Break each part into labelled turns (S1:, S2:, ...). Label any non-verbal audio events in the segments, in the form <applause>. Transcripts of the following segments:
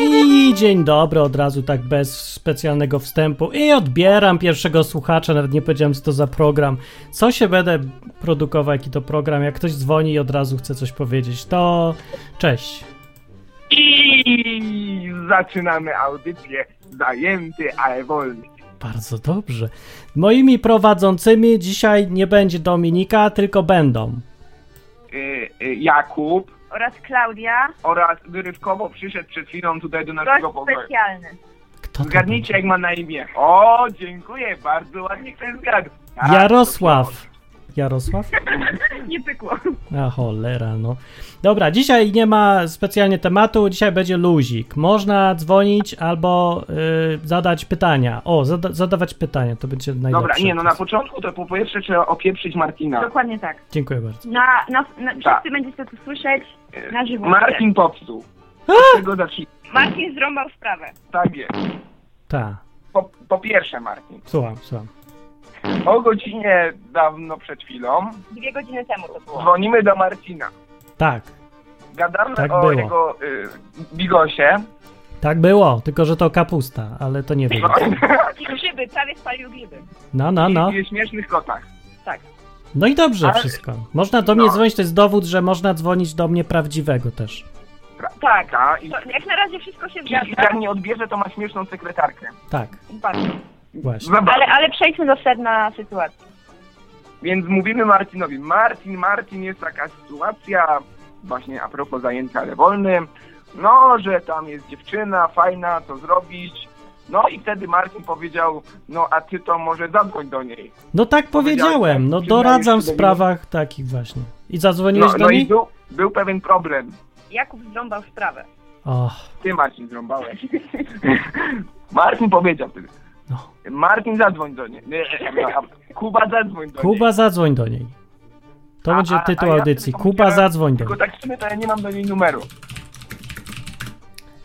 S1: I dzień dobry, od razu tak bez specjalnego wstępu. I odbieram pierwszego słuchacza, nawet nie powiedziałem, co to za program. Co się będę produkował, jaki to program. Jak ktoś dzwoni i od razu chce coś powiedzieć, to cześć.
S2: I zaczynamy audycję. Zajęty, ale wolny.
S1: Bardzo dobrze. Moimi prowadzącymi dzisiaj nie będzie Dominika, tylko będą.
S2: Y, y, Jakub
S3: oraz Klaudia,
S2: oraz wyrywkowo przyszedł przed chwilą tutaj do
S3: gość
S2: naszego pokoju.
S3: specjalny.
S1: Kto to
S2: Zgadnijcie, jak ma na imię. O, dziękuję, bardzo ładnie ten zgadł.
S1: będzie?
S2: Tak,
S1: Jarosław. Jarosław?
S3: Nie pykło.
S1: A cholera, no. Dobra, dzisiaj nie ma specjalnie tematu, dzisiaj będzie luzik. Można dzwonić albo y, zadać pytania. O, zada zadawać pytania, to będzie najlepsze.
S2: Dobra, nie no, na początku to po pierwsze trzeba opieprzyć Martina.
S3: Dokładnie tak.
S1: Dziękuję bardzo.
S3: Na, na, na,
S2: Tak.
S3: wszyscy będziecie to słyszeć
S2: Y,
S3: na żywo. tak.
S2: Martin popsuł. Czego zacznij?
S3: Marcin zrąbał sprawę.
S2: Tak jest.
S1: Tak,
S2: Po, po pierwsze, Martin,
S1: słucham, słucham.
S2: o godzinie dawno przed chwilą
S3: Dwie godziny temu to było.
S2: dzwonimy do Marcina.
S1: Tak,
S2: Gadamy
S1: Tak
S2: o
S1: było.
S2: jego y, bigosie.
S1: tak było, tylko że to kapusta, ale to nie wiem.
S2: <laughs>
S3: I grzyby, prawie spalił grzyby.
S1: No, no, no.
S2: I, i śmiesznych kotach.
S3: Tak.
S1: No i dobrze
S2: Ale-
S1: wszystko. Można do mnie
S2: No.
S1: dzwonić, to jest dowód, że można dzwonić do mnie prawdziwego też.
S3: Tak.
S2: Ta, I
S3: To, jak na razie wszystko się
S2: jeśli
S3: zgadza.
S2: tak nie odbierze, to ma śmieszną sekretarkę.
S1: Tak,
S3: Bardzo.
S1: właśnie.
S2: Zobacz.
S3: Ale, ale przejdźmy do sedna sytuacji.
S2: Więc mówimy Marcinowi. Marcin, Marcin, jest taka sytuacja, właśnie a propos zajęcia, ale wolnym. No, że tam jest dziewczyna, fajna, co zrobić? No i wtedy Marcin powiedział, no a ty to może zadzwoń do niej.
S1: No tak powiedziałem, no doradzam w sprawach takich właśnie. I zadzwoniłeś
S2: No,
S1: do
S2: no i
S1: mnie?
S2: był, był pewien problem.
S3: Jakub zrąbał sprawę.
S1: Och,
S2: Ty Marcin zrąbałeś. <laughs> Marcin powiedział wtedy.
S1: no.
S2: Martin zadzwoń do niej. Nie, Kuba zadzwoń do niej.
S1: Kuba, zadzwoń do niej. To
S2: A-
S1: będzie
S2: a- a
S1: tytuł
S2: ja
S1: audycji.
S2: tylko
S1: Kuba,
S2: chciałem-
S1: zadzwoń do
S2: Tylko
S1: niej.
S2: tak w sumie to ja nie mam do niej numeru.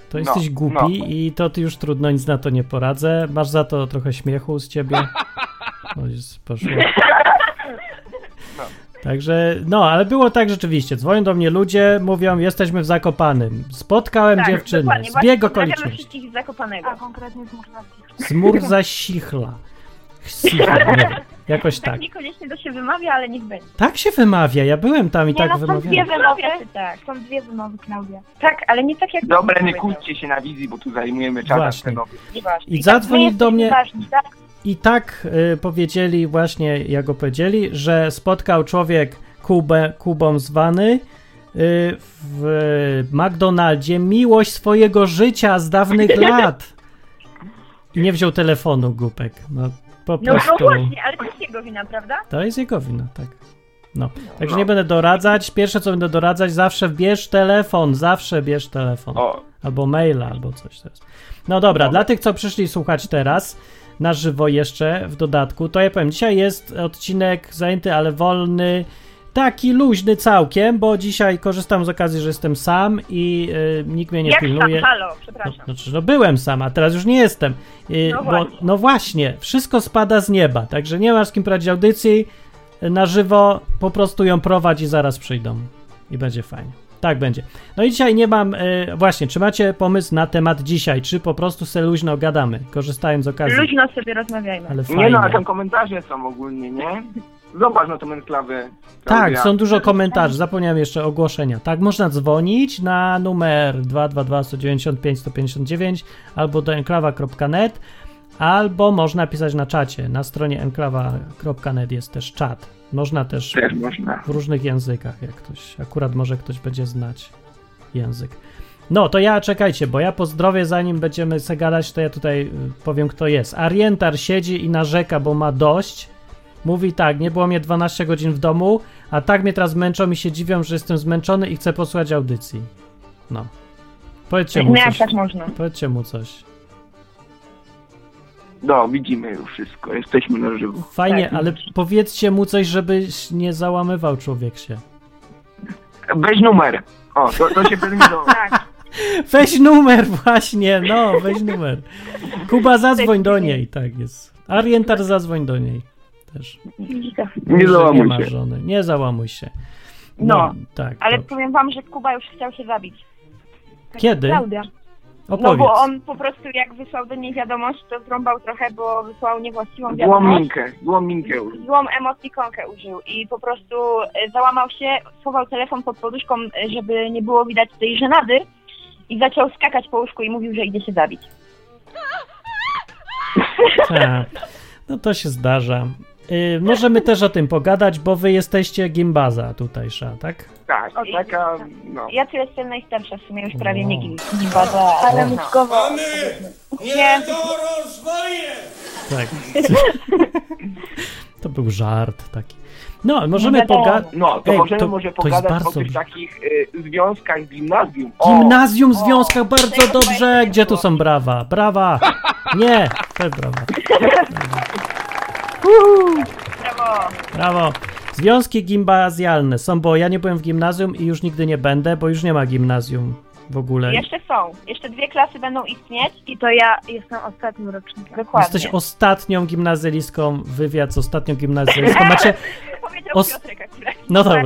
S1: To jesteś
S2: no,
S1: głupi
S2: no.
S1: i to ty już trudno, nic na to nie poradzę. Masz za to trochę śmiechu z
S2: <laughs>
S1: ciebie. O, jest, poszło. Także, no, ale było tak rzeczywiście. Dzwonią do mnie ludzie, mówią, jesteśmy w Zakopanym. Spotkałem
S2: Tak,
S1: dziewczynę,
S3: Tak, dokładnie.
S1: zbieg
S3: Właśnie pozdrawiamy
S1: okoliczności. Tak.
S3: wszystkich z Zakopanego. Tak
S4: konkretnie z Murzacji.
S1: Smurza sichla. Sichla, nie wiem. Jakoś
S3: Tak
S1: tak.
S3: niekoniecznie to się wymawia, ale niech będzie.
S1: Tak się wymawia, ja byłem tam i
S4: Nie,
S1: tak
S4: no, są dwie
S1: wymawiałem.
S4: wymowy.
S3: Wymawia się tak.
S4: Są dwie wymowy, Klaudia.
S3: Tak, ale nie tak jak...
S2: Dobra, nie kłóćcie się na wizji, bo tu zajmujemy czas
S1: Właśnie.
S2: scenowy.
S3: no. Nieważne.
S1: I zadzwonił do mnie...
S4: Ważne, tak?
S1: I tak y, powiedzieli właśnie, jak go powiedzieli, że spotkał człowiek Kubę, Kubą zwany y, w y, McDonaldzie miłość swojego życia z
S3: <laughs>
S1: dawnych lat. I nie wziął telefonu, głupek. No, po
S3: No,
S1: prostu.
S3: no właśnie, ale to jest jego wina, prawda?
S1: To jest jego wina, tak. No, także
S2: No.
S1: nie będę doradzać. Pierwsze, co będę doradzać, zawsze bierz telefon, zawsze bierz telefon.
S2: O,
S1: Albo maila, albo coś teraz. No dobra, dla tych, co przyszli słuchać teraz, na żywo jeszcze w dodatku, to ja powiem, dzisiaj jest odcinek zajęty, ale wolny, taki luźny całkiem, bo dzisiaj korzystam z okazji, że jestem sam i y, nikt mnie nie
S3: jak
S1: pilnuje.
S3: sam, halo,
S1: No,
S3: przepraszam.
S1: znaczy, no byłem sam, a teraz już nie jestem. Yy,
S3: No
S1: bo,
S3: właśnie.
S1: no właśnie, wszystko spada z nieba, także nie ma z kim prowadzić audycji. yy, Na żywo po prostu ją prowadź i zaraz przyjdą. I będzie fajnie. Tak będzie. No i dzisiaj nie mam. Yy, właśnie, czy macie pomysł na temat dzisiaj? Czy po prostu se luźno gadamy, korzystając z okazji?
S3: Luźno sobie rozmawiajmy.
S1: no, Ale fajnie.
S2: nie no, a tam komentarze są ogólnie, nie? Zobacz na tą enklawę.
S1: Tak,
S2: Klaudia.
S1: są dużo komentarzy. Zapomniałem jeszcze ogłoszenia. Tak, można dzwonić na numer 222 195 159 albo do enklawa.net, albo można pisać na czacie. Na stronie enklawa.net jest też czat. Można też
S2: Też można.
S1: w różnych językach, jak ktoś. Akurat może ktoś będzie znać język. No, to ja czekajcie, bo ja pozdrowię, zanim będziemy se gadać, to ja tutaj y, powiem, kto jest. Arientar siedzi i narzeka, bo ma dość. Mówi tak, nie było mnie 12 godzin w domu, a tak mnie teraz męczą i się dziwią, że jestem zmęczony i chcę posłuchać audycji. No. Powiedzcie mu
S3: No jak
S1: coś.
S3: tak można?
S1: Powiedzcie mu coś.
S2: No, widzimy już wszystko, jesteśmy na żywo.
S1: Fajnie,
S3: Tak.
S1: ale powiedzcie mu coś, żebyś nie załamywał człowiek się.
S2: Weź numer. O, to, to się pewnie do...
S3: Tak,
S1: Weź numer właśnie, no, weź numer. Kuba, zadzwoń do niej, tak jest. Arientar, zadzwoń do niej też.
S2: Nie
S1: Że
S2: załamuj
S1: <laughs> nie ma
S2: się.
S1: żony, nie załamuj się.
S3: No,
S1: tak.
S3: ale
S1: dobrze.
S3: powiem wam, że Kuba już chciał się zabić.
S1: Kiedy?
S4: Klaudia.
S3: No
S1: Opowiedz.
S3: bo on po prostu jak wysłał do niej wiadomość, to zrąbał trochę, bo wysłał niewłaściwą wiadomość.
S2: Głominkę, głominkę użył.
S3: Złą emotikonkę użył i po prostu e, załamał się, schował telefon pod poduszką, e, żeby nie było widać tej żenady i zaczął skakać po łóżku i mówił, że idzie się zabić.
S1: <laughs> Tak. No to się zdarza. Y, możemy też o tym pogadać, bo wy jesteście gimbaza tutejsza, tak?
S2: Tak,
S3: Okej.
S2: taka, no.
S3: Ja tu jestem najstarsza w sumie, już prawie
S1: No.
S3: nie gim, gimbaza,
S4: Ale
S3: no.
S4: mózgowo.
S5: Mamy
S3: Nie.
S5: nie do rozwoju!
S3: <laughs>
S1: Tak. To był żart taki. No, możemy
S3: wiadomo.
S1: pogadać.
S2: No, to
S1: Ej,
S2: możemy
S1: to-
S2: może
S1: to jest
S2: pogadać
S1: bardzo
S2: o tych
S1: bli-
S2: takich y, związkach z gimnazjum. O,
S1: Gimnazjum,
S3: O,
S1: związkach, bardzo
S3: tego
S1: dobrze.
S3: fajnie
S1: Gdzie tu
S3: było.
S1: są brawa? Brawa! Nie, to jest brawa.
S3: Brawo.
S1: Brawo. Związki gimbazjalne są, bo ja nie byłem w gimnazjum i już nigdy nie będę, bo już nie ma gimnazjum w ogóle.
S3: Jeszcze są. Jeszcze dwie klasy będą istnieć i to ja jestem ostatnim rocznikiem. Dokładnie.
S1: Jesteś ostatnią gimnazjalistką, wywiad z ostatnią gimnazjalistką. Macie,
S3: Powiedział
S1: os-
S3: Piotrek akurat. Tak,
S1: no
S3: <laughs>
S1: dobra.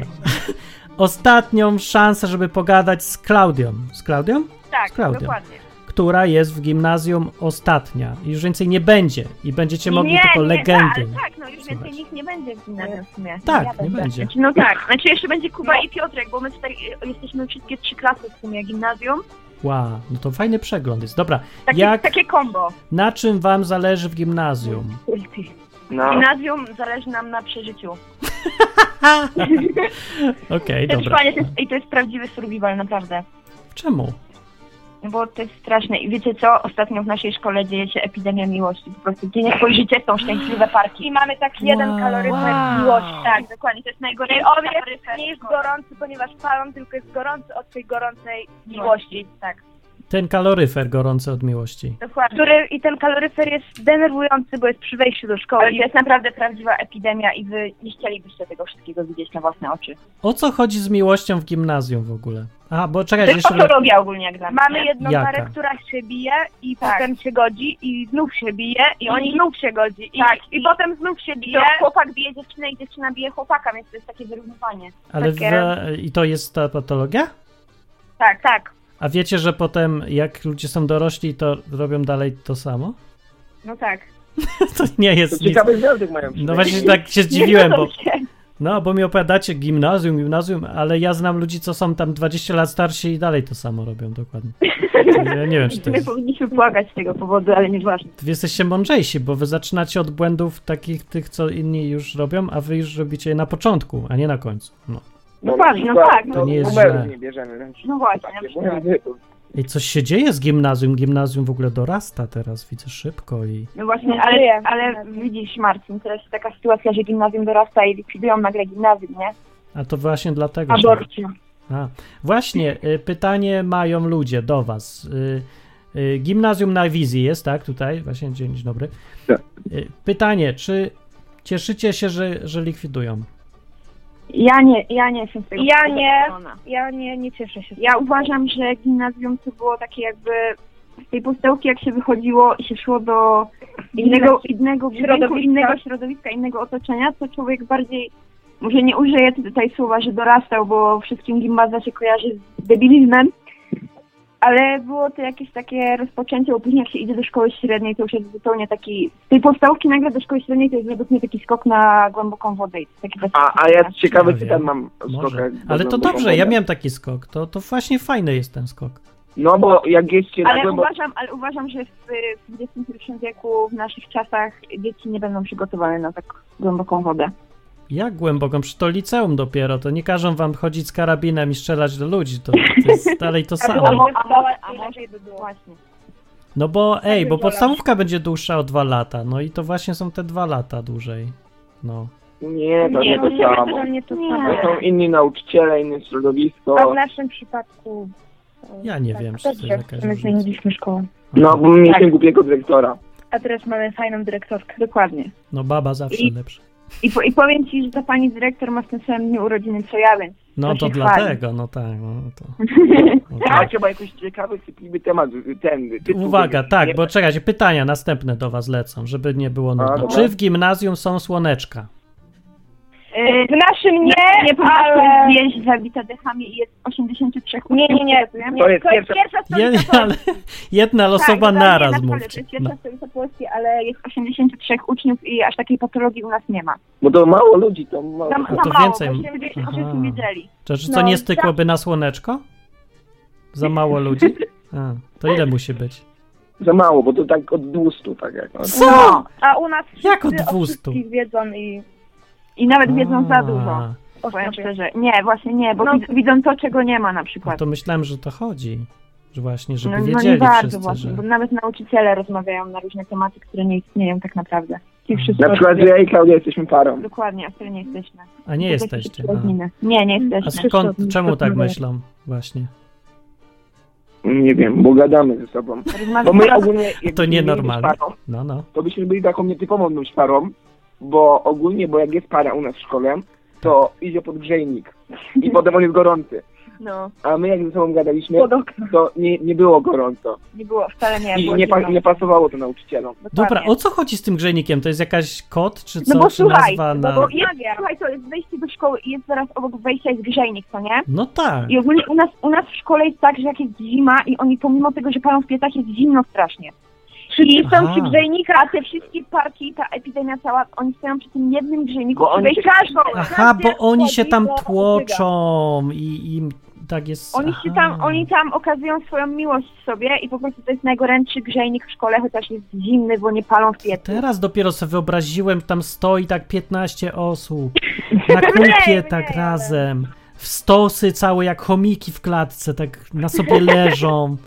S1: Ostatnią szansę, żeby pogadać z Klaudią. Z Klaudią?
S3: Tak,
S1: Z Klaudią.
S3: dokładnie.
S1: Która jest w gimnazjum ostatnia. I już więcej nie będzie. I będziecie mogli
S3: nie,
S1: tylko
S3: nie,
S1: legendy.
S3: Tak, tak, no już
S1: słuchać.
S3: więcej nikt nie będzie w gimnazjum w sumie.
S1: Tak,
S3: ja
S1: nie
S3: będę.
S1: będzie.
S3: Znaczy, no tak, znaczy jeszcze będzie Kuba i Piotrek, bo my tutaj y, jesteśmy wszystkie trzy klasy w sumie gimnazjum.
S1: Wow, no to fajny przegląd jest. Dobra,
S3: Takie,
S1: Jak-
S3: takie kombo.
S1: na czym wam zależy w gimnazjum?
S2: no.
S3: Gimnazjum zależy nam na przeżyciu.
S1: Okej, dobra.
S3: Przetrwanie to jest, i to jest prawdziwy survival, naprawdę.
S1: Czemu?
S3: No bo to jest straszne. I wiecie co? Ostatnio w naszej szkole dzieje się epidemia miłości. Po prostu gdzie nie spojrzycie, są szczęśliwe parki. I mamy tak
S1: jeden Wow. kaloryfer
S3: miłości. Tak, dokładnie. To jest najgorętszy
S6: on jest
S3: kaloryfer.
S6: nie jest gorący, ponieważ palą, tylko jest gorący od tej gorącej miłości.
S3: miłości. Tak,
S1: Ten kaloryfer gorący od miłości.
S3: dokładnie.
S6: Który, I ten kaloryfer jest denerwujący, bo jest przy wejściu do szkoły.
S3: Ale to jest naprawdę prawdziwa epidemia i wy nie chcielibyście tego wszystkiego widzieć na własne oczy.
S1: O co chodzi z miłością w gimnazjum w ogóle? Aha, bo
S3: To
S1: czekaj,
S3: jest
S1: jeszcze...
S3: patologia ogólnie jak dla mnie.
S6: Mamy jedną
S1: Jaka?
S6: parę, która się bije i
S3: Tak.
S6: potem się godzi i znów się bije i
S3: I-
S6: oni znów się godzi i,
S3: tak.
S6: i potem znów się
S3: I to
S6: bije.
S3: chłopak bije dziewczynę i dziewczyna bije chłopaka, więc to jest takie wyrównywanie.
S1: Ale w...
S6: takie-
S1: I to jest ta patologia?
S3: Tak, tak.
S1: A wiecie, że potem jak ludzie są dorośli, to robią dalej to samo? <laughs>
S3: No tak.
S1: To nie
S2: To
S1: jest nic.
S2: ciekawy związek mają
S1: No właśnie tak się zdziwiłem,
S3: Nie
S1: bo...
S3: zgadzam się.
S1: No, bo mi opowiadacie gimnazjum, gimnazjum, ale ja znam ludzi, co są tam 20 lat starsi i dalej to samo robią dokładnie. Ja nie wiem, czy to
S3: My
S1: jest...
S3: powinniśmy płakać z tego powodu, ale nieważne.
S1: Wy jesteście mądrzejsi, bo wy zaczynacie od błędów takich tych, co inni już robią, a wy już robicie je na początku, a nie na końcu. No.
S2: No
S3: Dokładnie, no tak,
S1: to nie jest źle.
S2: numeru nie bierzemy.
S3: No właśnie, na
S2: Takie
S3: przykład.
S2: błędy, to
S1: I coś się dzieje z gimnazjum. Gimnazjum w ogóle dorasta teraz, widzę szybko i...
S3: No właśnie,
S6: No,
S3: ale,
S6: żyję.
S3: ale widzisz Marcin, teraz jest taka sytuacja, że gimnazjum dorasta i likwidują nagle gimnazjum, nie?
S1: A to właśnie dlatego... że-
S3: Aborcja.
S1: A, właśnie, y, pytanie mają ludzie do was. Y, y, Gimnazjum na wizji jest, tak? Tutaj, właśnie, dzień dobry.
S2: Tak.
S1: Y, Pytanie, czy cieszycie się, że, że likwidują?
S3: Ja nie, ja nie jestem z tego
S6: Ja nie.
S3: zadowolona.
S6: Ja nie, nie cieszę się. z
S3: Ja
S6: tego.
S3: uważam, że gimnazjum to było takie jakby z tej podstawki, jak się wychodziło i się szło do innego, innego budynku,
S6: Środowiska.
S3: innego środowiska, innego otoczenia, to człowiek bardziej, może nie użyję tutaj słowa, że dorastał, bo wszystkim gimbaza się kojarzy z debilizmem, ale było to jakieś takie rozpoczęcie, bo później jak się idzie do szkoły średniej, to już jest zupełnie taki, z tej podstawki nagle do szkoły średniej to jest według mnie taki skok na głęboką wodę i to jest taki bez-
S2: A, a ja ciekawy
S1: Ja wiem.
S2: cytat mam z
S1: Może.
S2: Koka-
S1: Ale to
S2: Koka-
S1: dobrze,
S2: Koka-
S1: ja miałem taki skok. To, to właśnie fajny jest ten skok.
S2: No bo jak jest się na
S3: Ale
S2: głęboko...
S3: uważam, ale uważam, że w, w XXI wieku, w naszych czasach dzieci nie będą przygotowane na tak głęboką wodę.
S1: Jak głęboką? Przy to liceum dopiero, to nie każą wam chodzić z karabinem i strzelać do ludzi, to, to jest dalej to samo.
S3: Albo-
S6: Gdybym wstała, to lepiej by było.
S3: Właśnie.
S1: No bo ej, bo
S6: wolałam.
S1: podstawówka będzie dłuższa o dwa lata, no i to właśnie są te dwa lata dłużej. No.
S2: Nie, to nie
S6: to
S2: to samo.
S6: dla mnie to
S3: Nie.
S6: samo.
S2: To są inni nauczyciele, inne
S6: A w
S2: środowisko.
S6: naszym przypadku... e,
S1: Ja nie wiem, czy
S6: też
S1: to jest jakaś
S6: My
S1: różnica.
S6: zmieniliśmy szkołę.
S2: No, bo mieliśmy głupiego dyrektora.
S1: Tak.
S6: A teraz mamy fajną dyrektorkę.
S3: Dokładnie.
S1: No baba zawsze
S3: I-
S1: lepsza.
S3: I, po, I powiem ci, że ta pani dyrektor ma w tym samym dniu urodziny co ja, więc
S1: No
S3: to
S1: to
S3: się
S1: dlatego, no tak, no to. No
S2: A
S1: tak.
S2: chyba jakoś ciekawy, chwytliwy temat, ten tytuł.
S1: Uwaga,
S2: Nie-
S1: tak, bo czekajcie, pytania następne do was lecą, żeby nie było nudno.
S2: dobra.
S1: Czy w gimnazjum są słoneczka?
S3: Yy,
S6: W naszym nie,
S3: nie, nie powinnaś
S6: ale...
S3: ale... zjeść zabita dechami i jest 83
S6: Nie, nie, nie.
S2: To jest pierwsza-
S6: pierwsza
S1: Je, <laughs>
S6: stolica
S1: ale jedna losoba
S3: Tak, dokładnie,
S1: naraz
S3: na stole. To
S1: mówcie.
S3: jest
S1: No.
S3: pierwsza stolica Polski, ale jest 83 uczniów i aż takiej patologii u nas nie ma.
S2: Bo to mało ludzi, to mało.
S3: Tam,
S1: A
S3: za
S1: No to
S3: mało,
S1: więcej-
S3: Będziemy gdzieś o
S1: Aha.
S3: wszystkim wiedzieli.
S1: Czy, czy co,
S6: No,
S1: nie stykłoby na słoneczko? Za mało
S3: <laughs>
S1: ludzi? A, to ile musi być?
S2: Za mało, bo to tak od 200, tak jak. No.
S1: Co?
S6: A u nas wszyscy
S1: Jak od
S6: o
S1: 200?
S6: wszystkich wiedzą i...
S3: I nawet Tak wiedzą za dużo.
S1: A,
S6: O
S3: Powiem
S6: sobie.
S3: szczerze. Nie, właśnie nie, bo
S6: No.
S3: wid- widzą to, czego nie ma na
S1: No
S3: przykład.
S1: to myślałem, że to chodzi. Że właśnie, żeby
S3: no, no nie
S1: wiedzieli
S3: bardzo
S1: wszyscy,
S3: właśnie,
S1: że...
S3: bo nawet nauczyciele rozmawiają na różne tematy, które nie istnieją tak naprawdę. Ci wszyscy
S1: No,
S2: Na przykład, że ja i Klaudia jesteśmy parą.
S3: Dokładnie, a które nie jesteśmy.
S1: A nie
S3: To takie
S1: jesteście. A,
S3: rodziny. Nie, nie
S1: a
S3: jesteśmy.
S1: skąd, czemu tak myślą? Właśnie.
S2: Nie wiem, bo gadamy ze sobą. Bo my
S3: Rozmawiamy.
S2: ogólnie. jakbyśmy
S1: To
S2: mieli być
S1: nienormalne.
S2: parą,
S1: No, no.
S3: Tak
S2: To byśmy byli taką nietypową tą parą, bo ogólnie, bo jak jest para u nas w szkole, to idzie pod grzejnik i potem on jest gorący.
S3: No,
S2: A my jak ze sobą gadaliśmy,
S6: Pod okno.
S2: to nie, nie było gorąco.
S3: nie było, wcale nie
S2: I
S3: było.
S2: nie, pa,
S3: dziwno.
S2: nie pasowało to nauczycielom.
S1: Dobra, o co chodzi z tym grzejnikiem? To jest jakaś kod, czy co?
S3: No bo
S1: czy
S3: słuchaj,
S1: nazwa
S3: no
S1: na...
S3: bo jest, słuchaj, to jest wejście do szkoły i jest zaraz obok wejścia jest grzejnik, co nie?
S1: No tak.
S3: I ogólnie u nas, u nas w szkole jest tak, że jak jest zima i oni pomimo tego, że palą w piecach, jest zimno strasznie. Czyli
S1: Aha.
S3: są przy grzejnikach, a te wszystkie parki i ta epidemia cała, oni stoją przy tym jednym grzejniku,
S2: Bo
S3: przy
S2: oni
S3: wejściu
S2: się-
S3: do szkoły.
S1: Aha, bo
S6: jak
S1: oni
S6: chodzi,
S1: się tam
S6: to
S1: tłoczą i im tak jest...
S3: Oni
S1: aha.
S3: się tam, oni tam okazują swoją miłość w sobie i po prostu to jest najgorętszy grzejnik w szkole, chociaż jest zimny, bo nie palą w piecu.
S1: Teraz dopiero sobie wyobraziłem, tam stoi tak 15
S3: <laughs>
S1: osób. Na kupie tak
S6: mniej, ale-
S1: razem. W stosy całe jak chomiki w klatce, tak na
S3: <laughs>
S1: sobie leżą.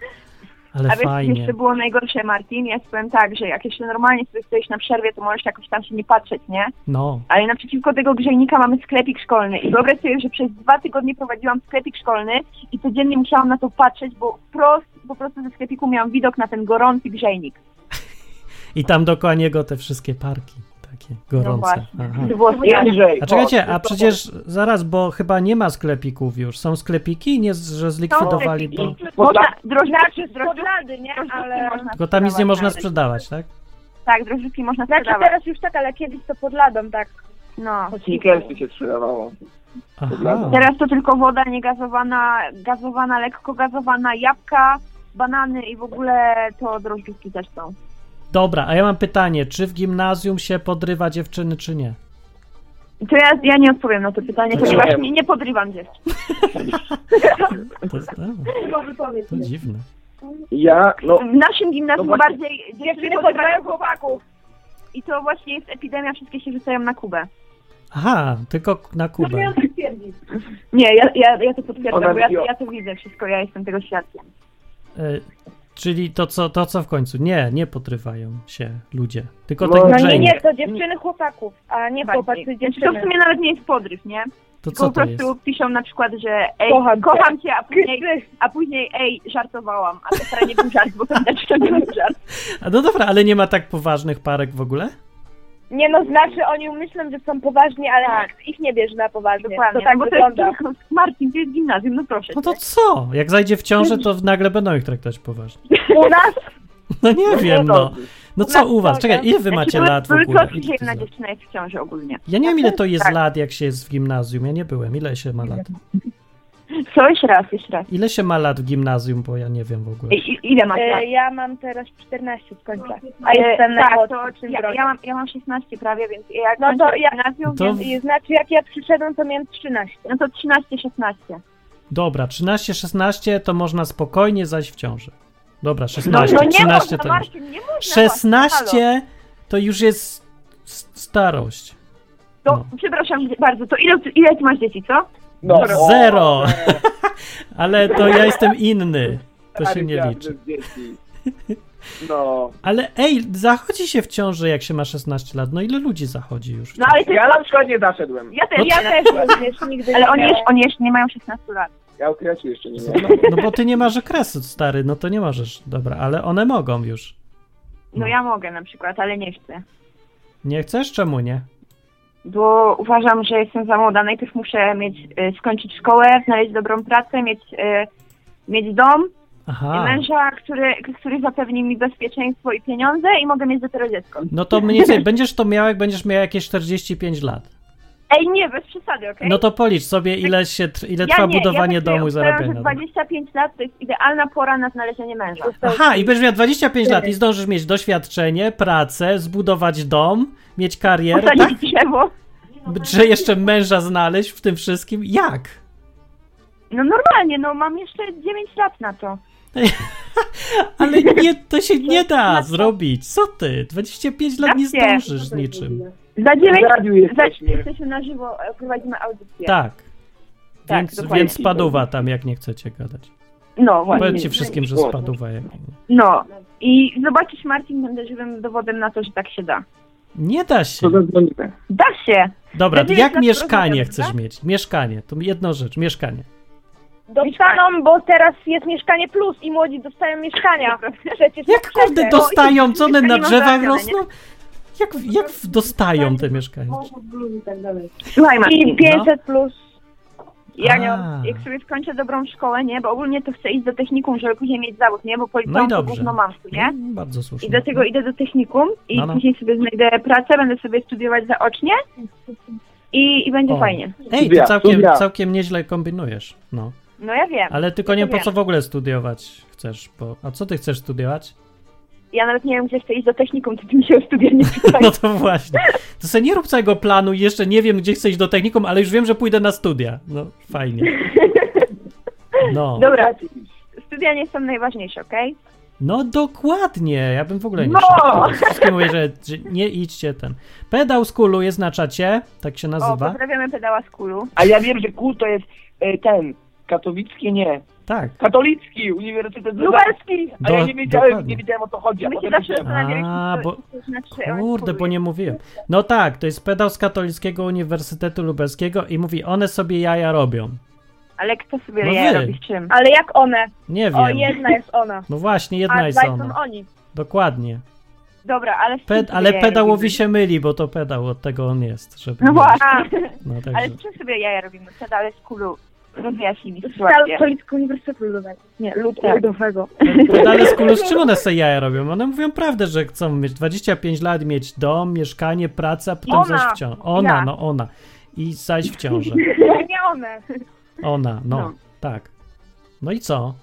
S1: Ale
S3: A wiesz, co
S1: fajnie.
S3: jeszcze było najgorsze, Martin? Ja ci powiem tak, że jak jeszcze normalnie sobie stoisz na przerwie, to możesz jakoś tam się nie patrzeć, nie?
S1: No.
S3: Ale naprzeciwko tego grzejnika mamy sklepik szkolny. I wyobraź sobie, że przez dwa tygodnie prowadziłam sklepik szkolny i codziennie musiałam na to patrzeć, bo prost, po prostu ze sklepiku miałam widok na ten gorący grzejnik.
S1: I tam dookoła niego te wszystkie parki takie gorące.
S3: właśnie. <laughs>
S1: Aha.
S3: To było straszne.
S2: Andrzej,
S1: A czekajcie,
S2: chodź,
S1: a przecież zaraz, bo chyba nie ma sklepików już. Są sklepiki, nie, z- że zlikwidowali.
S3: sklepiki.
S1: Bo...
S3: Można,
S2: Podla-
S3: drożdżaki,
S6: Znaczy drożdżady, nie? Ale...
S1: Tylko tam nic nie można
S3: sprzedawać.
S1: sprzedawać, tak?
S3: nawet. Tak, drożdżówki można
S6: Znaczy
S3: sprzedawać.
S6: teraz już tak, ale kiedyś to pod ladą, tak.
S3: No.
S2: Snickersy się sprzedawało.
S1: Aha.
S3: Teraz to tylko woda niegazowana, gazowana, lekko gazowana, jabłka, banany i w ogóle to drożdżówki też są.
S1: Dobra, a ja mam pytanie, czy w gimnazjum się podrywa dziewczyny, czy nie?
S3: I To ja, ja nie odpowiem na to pytanie,
S2: No Nie
S3: ponieważ
S2: wiem.
S3: nie, nie podrywam dziewczyn.
S1: To, jest-
S6: Tylko wypowiedz.
S1: no, to dziwne.
S2: Ja, no,
S3: W naszym gimnazjum
S2: No właśnie.
S3: bardziej dziewczyny
S6: Dziewczyny
S3: podrywają
S6: podgrają chłopaków.
S3: i to właśnie jest epidemia, wszystkie się rzucają na Kubę.
S1: Aha, tylko na
S6: No
S1: Kubę.
S3: Nie, ja, ja, ja to potwierdzam,
S2: Ona
S3: bo ja,
S2: wzięła-
S3: ja to widzę wszystko, ja jestem tego świadkiem.
S1: E, czyli to co, to co w końcu? Nie, nie podrywają się ludzie. Tylko
S2: No,
S1: ten
S2: no
S6: No nie,
S1: grzejnik.
S6: nie, to dziewczyny chłopaków, a nie chłopacy
S3: Znaczy, to w
S6: dziewczyny.
S3: sumie nawet nie jest podryw, nie?
S1: To
S3: Tylko
S1: co
S3: po
S1: to jest?
S3: prostu piszą na przykład, że ej, kocham,
S6: Kocham
S3: cię, a później, a później ej, żartowałam, a to wcale nie był żart, bo widać, że to nie był żart.
S1: A no dobra, ale nie ma tak poważnych parek w ogóle?
S6: Nie no, znaczy oni myślą, że są poważni, ale nikt ich nie bierze na poważnie.
S3: Tak. Dokładnie,
S6: To tak
S3: bo to jest
S6: wygląda.
S3: tylko- Marcin, to jest gimnazjum, no proszę.
S1: No to
S3: cię.
S1: co? Jak zajdzie w ciążę, to nagle będą ich traktować poważnie.
S6: U nas
S1: No nie wiem, no. No co u was? Czekaj, ile wy
S3: Znaczy,
S1: macie
S3: były-
S1: lat w
S3: były
S1: ogóle?
S3: plotki,
S1: Ile
S3: że
S1: to jest
S3: jedna
S1: lat?
S3: dziewczyna jest w ciąży ogólnie.
S1: Ja nie wiem, ile to jest
S3: Tak.
S1: lat, jak się jest w gimnazjum. Ja nie byłem. Ile się ma lat?
S3: Co? Jeszcze raz, jeszcze raz.
S1: Ile się ma lat w gimnazjum, bo ja nie wiem w ogóle.
S3: I, i, ile masz
S2: Tak,
S3: lat?
S6: e, ja mam teraz 14 z końca, a
S3: E,
S6: jestem
S3: tak,
S6: na
S3: to
S6: czym
S3: ja, ja, mam, ja mam 16 prawie, więc jak
S6: No to
S3: kończę
S6: ja-
S3: gimnazjum,
S1: To-
S3: to...
S6: I znaczy jak ja przyszedłem, to miałem 13.
S3: no to
S1: No,
S3: 13-16.
S1: Dobra, 13-16 to można spokojnie zajść w ciąży. Dobra, 16,
S3: no nie
S1: 13 to już.
S3: Marcin, nie można.
S1: 16 to już jest s- starość.
S3: To,
S1: No.
S3: Przepraszam bardzo, to ile, ile ty masz dzieci, co?
S2: no.
S1: Zero! <laughs> Ale to ja jestem inny. To się nie
S2: Starych
S1: liczy.
S2: gwiazd z dzieci. No.
S1: Ale ej, zachodzi się w ciąży, jak się ma 16 lat. No ile ludzi zachodzi już? W
S3: No
S1: ciąży?
S3: ale ty,
S2: Ja na przykład nie zaszedłem.
S3: ja też,
S1: No
S3: ja
S6: Ja
S3: też.
S6: też również nigdy
S3: Ale
S6: nie
S3: oni
S6: miałem.
S3: jeszcze, oni jeszcze nie mają 16 lat.
S2: Ja okresu jeszcze nie
S1: No,
S2: miałem.
S1: no bo ty nie masz okresu, stary, no to nie możesz. Dobra, ale one mogą już. No.
S3: No ja mogę na przykład, ale nie chcę.
S1: Nie chcesz? Czemu nie?
S3: Bo uważam, że jestem za młoda. Najpierw muszę mieć, e, skończyć szkołę, znaleźć dobrą pracę, mieć, e, mieć dom i
S1: Aha.
S3: męża, który, który zapewni mi bezpieczeństwo i pieniądze i mogę mieć dopiero dziecko.
S1: No to mniej więcej będziesz to miał, jak będziesz miał jakieś 45 lat.
S6: Ej, nie, bez przesady, okej?
S1: No to policz sobie,
S3: Tak
S1: ile, się, tr- ile trwa budowanie domu i zarabianie.
S3: Ja
S1: na domu.
S3: tak czuję, uważam, że 25 lat to jest idealna pora na znalezienie męża.
S1: Aha, i będziesz miał 25 lat i zdążysz mieć doświadczenie, pracę, zbudować dom, mieć karierę, tak?
S3: Posadzić drzewo.
S1: Że jeszcze męża znaleźć w tym wszystkim? Jak?
S3: No normalnie, no mam jeszcze 9 lat na to. <laughs>
S1: Ale nie, to się nie da zrobić. Co ty? 25 lat nie
S3: Racja.
S1: zdążysz z niczym.
S3: Za 9
S2: W radiu
S3: za,
S2: jesteśmy.
S3: jesteśmy na żywo, e, prowadzimy audycję.
S1: Tak.
S3: Tak,
S1: Więc,
S3: dokładnie.
S1: więc spaduwa tam, jak nie chcecie gadać.
S3: No właśnie.
S1: Powiedzcie wszystkim, że spaduwa. Jak...
S3: No. I zobaczysz, Marcin, będę żywym dowodem na to, że tak się da.
S1: Nie da się.
S2: To zadzwonimy.
S3: Da się!
S1: Dobra, to
S3: Wtedy
S1: jak
S3: jest
S1: mieszkanie
S3: rozmawiam,
S1: chcesz
S3: tak?
S1: mieć? Mieszkanie, to jedna rzecz, mieszkanie.
S6: Dostaną, bo teraz jest mieszkanie plus i młodzi dostają
S3: <laughs>
S6: mieszkania. Przecież
S1: Jak
S6: to
S1: kurde
S6: przede-
S1: dostają? Co one na
S3: mieszkanie mam
S1: drzewach
S3: załatwione,
S1: rosną? Jak, jak dostają te mieszkania?
S3: Słuchaj,
S6: I
S3: Marcin,
S6: 500 plus.
S1: A.
S3: ja nie, jak sobie skończę dobrą szkołę, nie, bo ogólnie to chcę iść do technikum, żeby później mieć zawód, nie, bo
S1: No i
S3: policjant no
S1: dobrze.
S3: gówno mam, nie?
S1: Mm, Bardzo słusznie.
S3: I dlatego idę do technikum i
S1: No, no.
S3: później sobie znajdę pracę, będę sobie studiować zaocznie i, i będzie
S1: O.
S3: fajnie.
S1: Ej, ty
S2: Studia,
S1: całkiem,
S2: studia.
S1: całkiem nieźle kombinujesz. No.
S3: No ja wiem.
S1: Ale tylko nie po
S3: Wiem.
S1: co w ogóle studiować chcesz, bo... A co ty chcesz studiować?
S3: Ja nawet nie wiem, gdzie chcę iść do technikum, to ty mi się o studia nie pytaj.
S1: <laughs> No to właśnie. To se nie rób całego planu i jeszcze nie wiem, gdzie chcę iść do technikum, ale już wiem, że pójdę na studia. No, fajnie. No,
S3: Dobra, studia nie są najważniejsze, okej?
S1: no dokładnie. Ja bym w ogóle nie
S3: No!
S1: szedł. Wszystkim mówię, że, że nie idźcie ten. Pedał z kulu jest na czacie, tak się
S3: O,
S1: nazywa.
S3: pozdrawiamy pedała z kulu.
S2: A ja wiem, że KUL to jest e, ten, katowicki, nie,
S1: Tak.
S2: katolicki Uniwersytet
S3: Lubelski!
S2: A ja
S1: Do-
S2: nie wiedziałem,
S1: dokładnie.
S2: nie wiedziałem o co chodzi, a
S3: My się
S2: potem
S3: zawsze
S2: wiedziałem.
S3: zastanawialiśmy,
S1: A,
S3: co-
S1: bo-
S3: co to znaczy
S1: Kurde,
S3: Emancipuje.
S1: bo nie mówiłem. No tak, to jest pedał z Katolickiego Uniwersytetu Lubelskiego i mówi, one sobie jaja robią.
S3: Ale kto sobie
S1: No
S3: no
S1: wy.
S3: jaja robi z czym?
S6: Ale jak one?
S1: Nie
S6: O,
S1: wiem.
S6: jedna jest ona.
S1: No właśnie,
S6: A
S1: jedna jest
S6: dwaj są
S1: ona.
S6: oni.
S1: Dokładnie.
S3: Dobra, ale... z czym
S1: Ped,
S3: sobie
S1: ale
S3: jaja
S1: pedałowi
S3: robimy?
S1: się myli, bo to pedał, od tego on jest. Żeby
S3: No
S1: nie-
S3: właśnie,
S1: No,
S3: ale
S1: także.
S3: z czym sobie jaja robimy? Pedale z kulu. Rozjaśnij mi sytuację.
S6: Katolickiego Uniwersytetu Ludowego. Nie, lud
S3: Tak.
S6: ludowego.
S1: Pedale z kulu, z czym one sobie jaja robią? One mówią prawdę, że chcą mieć 25 lat, mieć dom, mieszkanie, pracę, a potem
S3: Ona.
S1: zajść w ciążę. Ona,
S3: Ja.
S1: no ona. I zajść w
S3: <laughs>
S1: ciążę.
S6: Nie one.
S1: Ona, no,
S3: No.
S1: tak. No i co?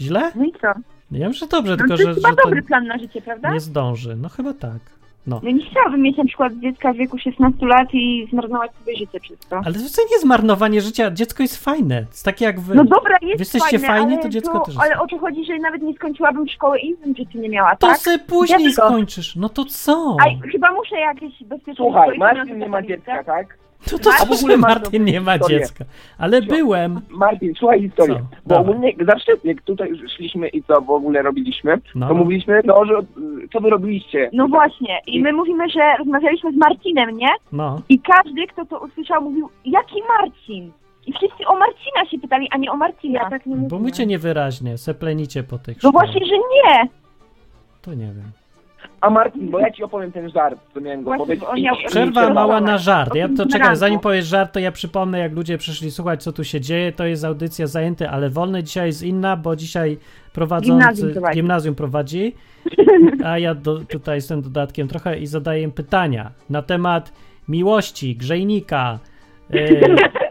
S1: Źle?
S3: No i co?
S1: Ja wiem, że dobrze,
S3: No
S1: tylko
S3: to
S1: że,
S3: jest chyba
S1: że to
S3: dobry plan na życie, prawda?
S1: nie zdąży. No chyba tak. No.
S3: No nie chciałabym mieć na przykład dziecka w wieku 16 lat i zmarnować sobie życie przez to.
S1: Ale to nie jest marnowanie życia. Dziecko jest fajne. Jest takie jak wy.
S3: No dobra, jest
S1: jesteście
S3: fajne,
S1: fajni,
S3: ale
S1: to dziecko też jest
S3: Ale o to chodzi, że nawet nie skończyłabym szkoły i bym życie nie miała,
S1: to
S3: tak?
S1: se później
S3: Dziecko.
S1: skończysz. No to co?
S3: A chyba muszę jakieś bezpieczne...
S2: Słuchaj,
S3: szkoły
S2: Martin
S3: finansowe
S2: nie ma
S3: zrobić,
S2: dziecka,
S3: tak?
S2: tak?
S1: To to,
S2: A w
S1: co,
S2: ogóle
S1: że
S2: marno-
S1: Martin nie ma
S2: historię.
S1: dziecka. Ale byłem.
S2: Martin, słuchaj historię.
S1: Co?
S2: Bo
S1: Dawaj.
S2: ogólnie zawsze jak tutaj już szliśmy i co w ogóle robiliśmy,
S1: No.
S2: to mówiliśmy, no że y, co wy robiliście?
S3: No właśnie, i my mówimy, że rozmawialiśmy z Marcinem, nie?
S1: No.
S3: I każdy, kto to usłyszał, mówił, jaki Marcin? I wszyscy o Marcina się pytali, a nie o Marcina.
S6: Ja tak nie
S1: Bo
S6: mówię.
S1: mycie niewyraźnie, seplenicie po tych
S3: No
S1: szkołach.
S3: właśnie, że nie.
S1: To nie wiem.
S2: A Martin, bo ja ci opowiem ten żart, co miałem go
S3: Właśnie,
S2: powiedzieć.
S3: bo on miał-
S1: Przerwa
S3: Przerwa.
S1: mała na żart. Ja
S3: O tym
S1: to czekaj,
S3: bumerangu.
S1: zanim powiesz żart, to ja przypomnę, jak ludzie przyszli słuchać, co tu się dzieje. To jest audycja zajęty, ale wolny dzisiaj jest inna, bo dzisiaj prowadzący
S3: Gimnazjum
S1: gimnazjum,
S3: prowadzi. <laughs>
S1: prowadzi. A ja do, tutaj jestem dodatkiem trochę i zadaję im pytania na temat miłości, grzejnika,
S3: <laughs>
S1: yy,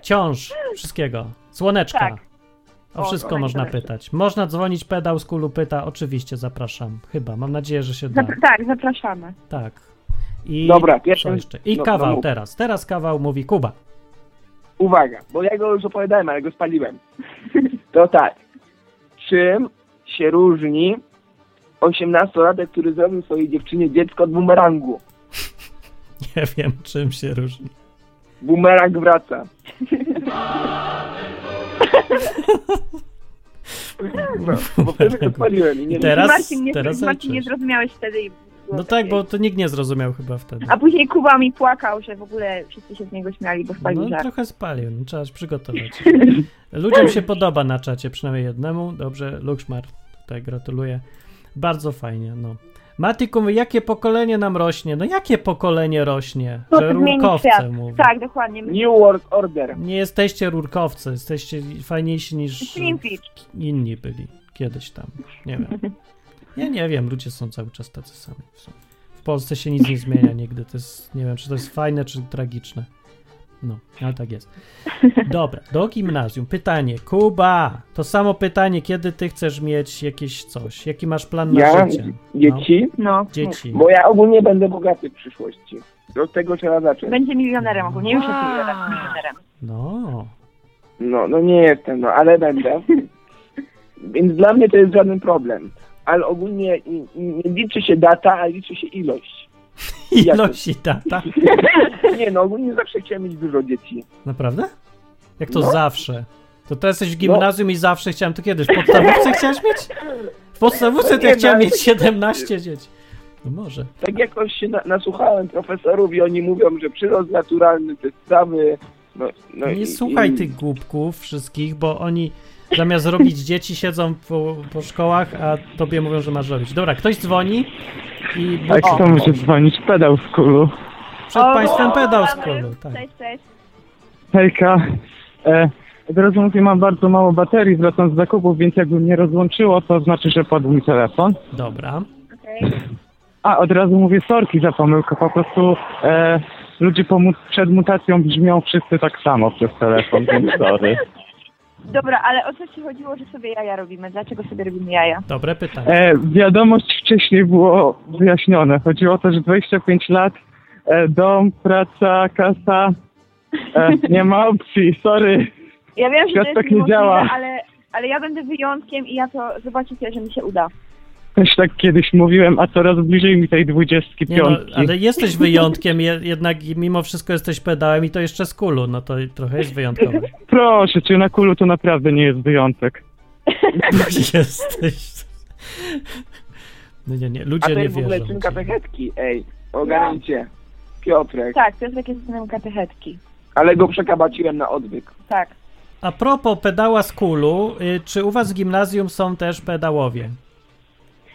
S1: ciąż, wszystkiego. Słoneczka.
S3: Tak.
S1: O
S3: O,
S1: wszystko
S3: słoneczko.
S1: można pytać. Można dzwonić pedał z kulu pyta, oczywiście zapraszam. Chyba, mam nadzieję, że się da.
S3: Zap- tak, zapraszamy.
S1: Tak. I
S2: Dobra,
S1: co
S2: pierwszy-
S1: jeszcze? I
S2: no,
S1: kawał
S2: no mów.
S1: teraz. Teraz kawał mówi Kuba. <laughs>
S2: Uwaga, bo ja go już opowiadałem, ale go spaliłem. To tak. Czym się różni 18-latek, który zrobił swojej dziewczynie dziecko od bumerangu?
S1: Nie wiem, czym się różni.
S2: Bumerang
S1: <laughs>
S2: wraca. No, bo wtedy
S1: <laughs>
S2: go spaliłem i nie
S1: I teraz-
S3: Marcin, nie,
S1: teraz
S3: Marcin nie
S1: zacząłeś.
S3: zrozumiałeś wtedy. i było
S1: No tak,
S3: takie-
S1: bo to nikt nie zrozumiał chyba wtedy.
S3: A później Kuba mi płakał, że w ogóle wszyscy się z niego śmiali, bo spalił
S1: No
S3: żart.
S1: trochę spalił, no, trzeba się przygotować. Ludziom się podoba na czacie, przynajmniej jednemu. Dobrze, Luxmar, tutaj gratuluję. Bardzo fajnie, no. Matiku, jakie pokolenie nam rośnie? No jakie pokolenie rośnie?
S6: To
S1: Że
S6: zmieni
S1: rurkowce
S6: świat.
S1: mówi.
S3: Tak, dokładnie. My
S2: New World Order.
S1: Nie jesteście rurkowcy, jesteście fajniejsi niż
S3: Twin Peaks.
S1: inni byli kiedyś tam. Nie wiem. Ja nie wiem, ludzie są cały czas tacy sami. W sumie. W Polsce się nic nie zmienia nigdy. To jest, nie wiem, czy to jest fajne, czy tragiczne. No, ale tak jest. Dobra, do gimnazjum. Pytanie. Kuba, to samo pytanie, kiedy ty chcesz mieć jakieś coś? Jaki masz plan na
S2: Ja?
S1: życie? No,
S2: Dzieci?
S3: No,
S1: dzieci.
S2: Bo ja ogólnie będę bogaty w przyszłości. Od tego trzeba zacząć.
S3: będzie milionerem ogólnie, już jest milionerem. milionerem.
S1: No,
S2: No, no nie jestem, no ale
S3: <laughs>
S2: będę. Więc dla mnie to jest żaden problem. Ale ogólnie n- n- nie liczy się data, a liczy się
S3: <laughs>
S2: ilość.
S1: ilość i data.
S2: Nie no, ogólnie zawsze chciałem mieć dużo dzieci.
S1: Naprawdę? Jak to
S2: No.
S1: zawsze? To teraz jesteś w gimnazjum i zawsze chciałem. To kiedy? W podstawówce chciałeś mieć? W podstawówce to ja
S2: Nie,
S1: chciałem
S2: no.
S1: mieć 17 dzieci. No może.
S2: Tak jakoś się na, nasłuchałem profesorów i oni mówią, że przyrost naturalny, podstawy... No, no i-
S1: Nie słuchaj
S2: i-
S1: tych głupków wszystkich, bo oni zamiast
S2: <laughs>
S1: robić dzieci siedzą po, po szkołach, a tobie mówią, że masz robić. Dobra, ktoś dzwoni i bo,
S7: Tak, to muszę dzwonić, pedał w kulu.
S1: przed państwem pedał z
S6: Dobra,
S1: kolu. Tak.
S6: Cześć, cześć.
S7: Hejka. E, drodzy mówię, mam bardzo mało baterii, wracam z zakupów, więc jakby mnie rozłączyło, to znaczy, że padł mi telefon.
S1: Dobra.
S7: A, od razu mówię sorki za pomyłkę, po prostu e, ludzie po mu- przed mutacją brzmią wszyscy tak samo przez telefon, więc sorry.
S3: Dobra, ale o co ci chodziło, że sobie jaja robimy? Dlaczego sobie robimy jaja?
S1: Dobre pytanie.
S7: E, wiadomość wcześniej było wyjaśnione. Chodziło o to, że 25 lat, e, dom, praca, kasa, e, nie ma opcji, sorry.
S3: Ja wiem, że
S7: Świat
S3: to jest
S7: tak nie
S3: niemożliwe,
S7: działa.
S3: Ale, ale ja będę wyjątkiem i ja to zobaczycie, że mi się uda.
S7: Też tak kiedyś mówiłem, a coraz bliżej mi tej
S1: Nie no,
S7: 25.
S1: ale jesteś wyjątkiem, je, jednak mimo wszystko jesteś pedałem i to jeszcze z kulu, no to trochę jest wyjątkowe.
S7: Proszę cię, na kulu to naprawdę nie jest wyjątek.
S1: <laughs> Jesteś. No nie, nie,
S2: A
S1: ludzie
S2: to
S1: nie
S2: jest w ogóle
S1: wierzą.
S2: czynka pechetki, ej. Ogarnijcie. Piotrek.
S3: Tak, to jest takie synem katechetki.
S2: Ale go przekabaciłem na odwyk.
S3: Tak.
S1: A propos pedała z kulu, y, czy u was w gimnazjum są też pedałowie?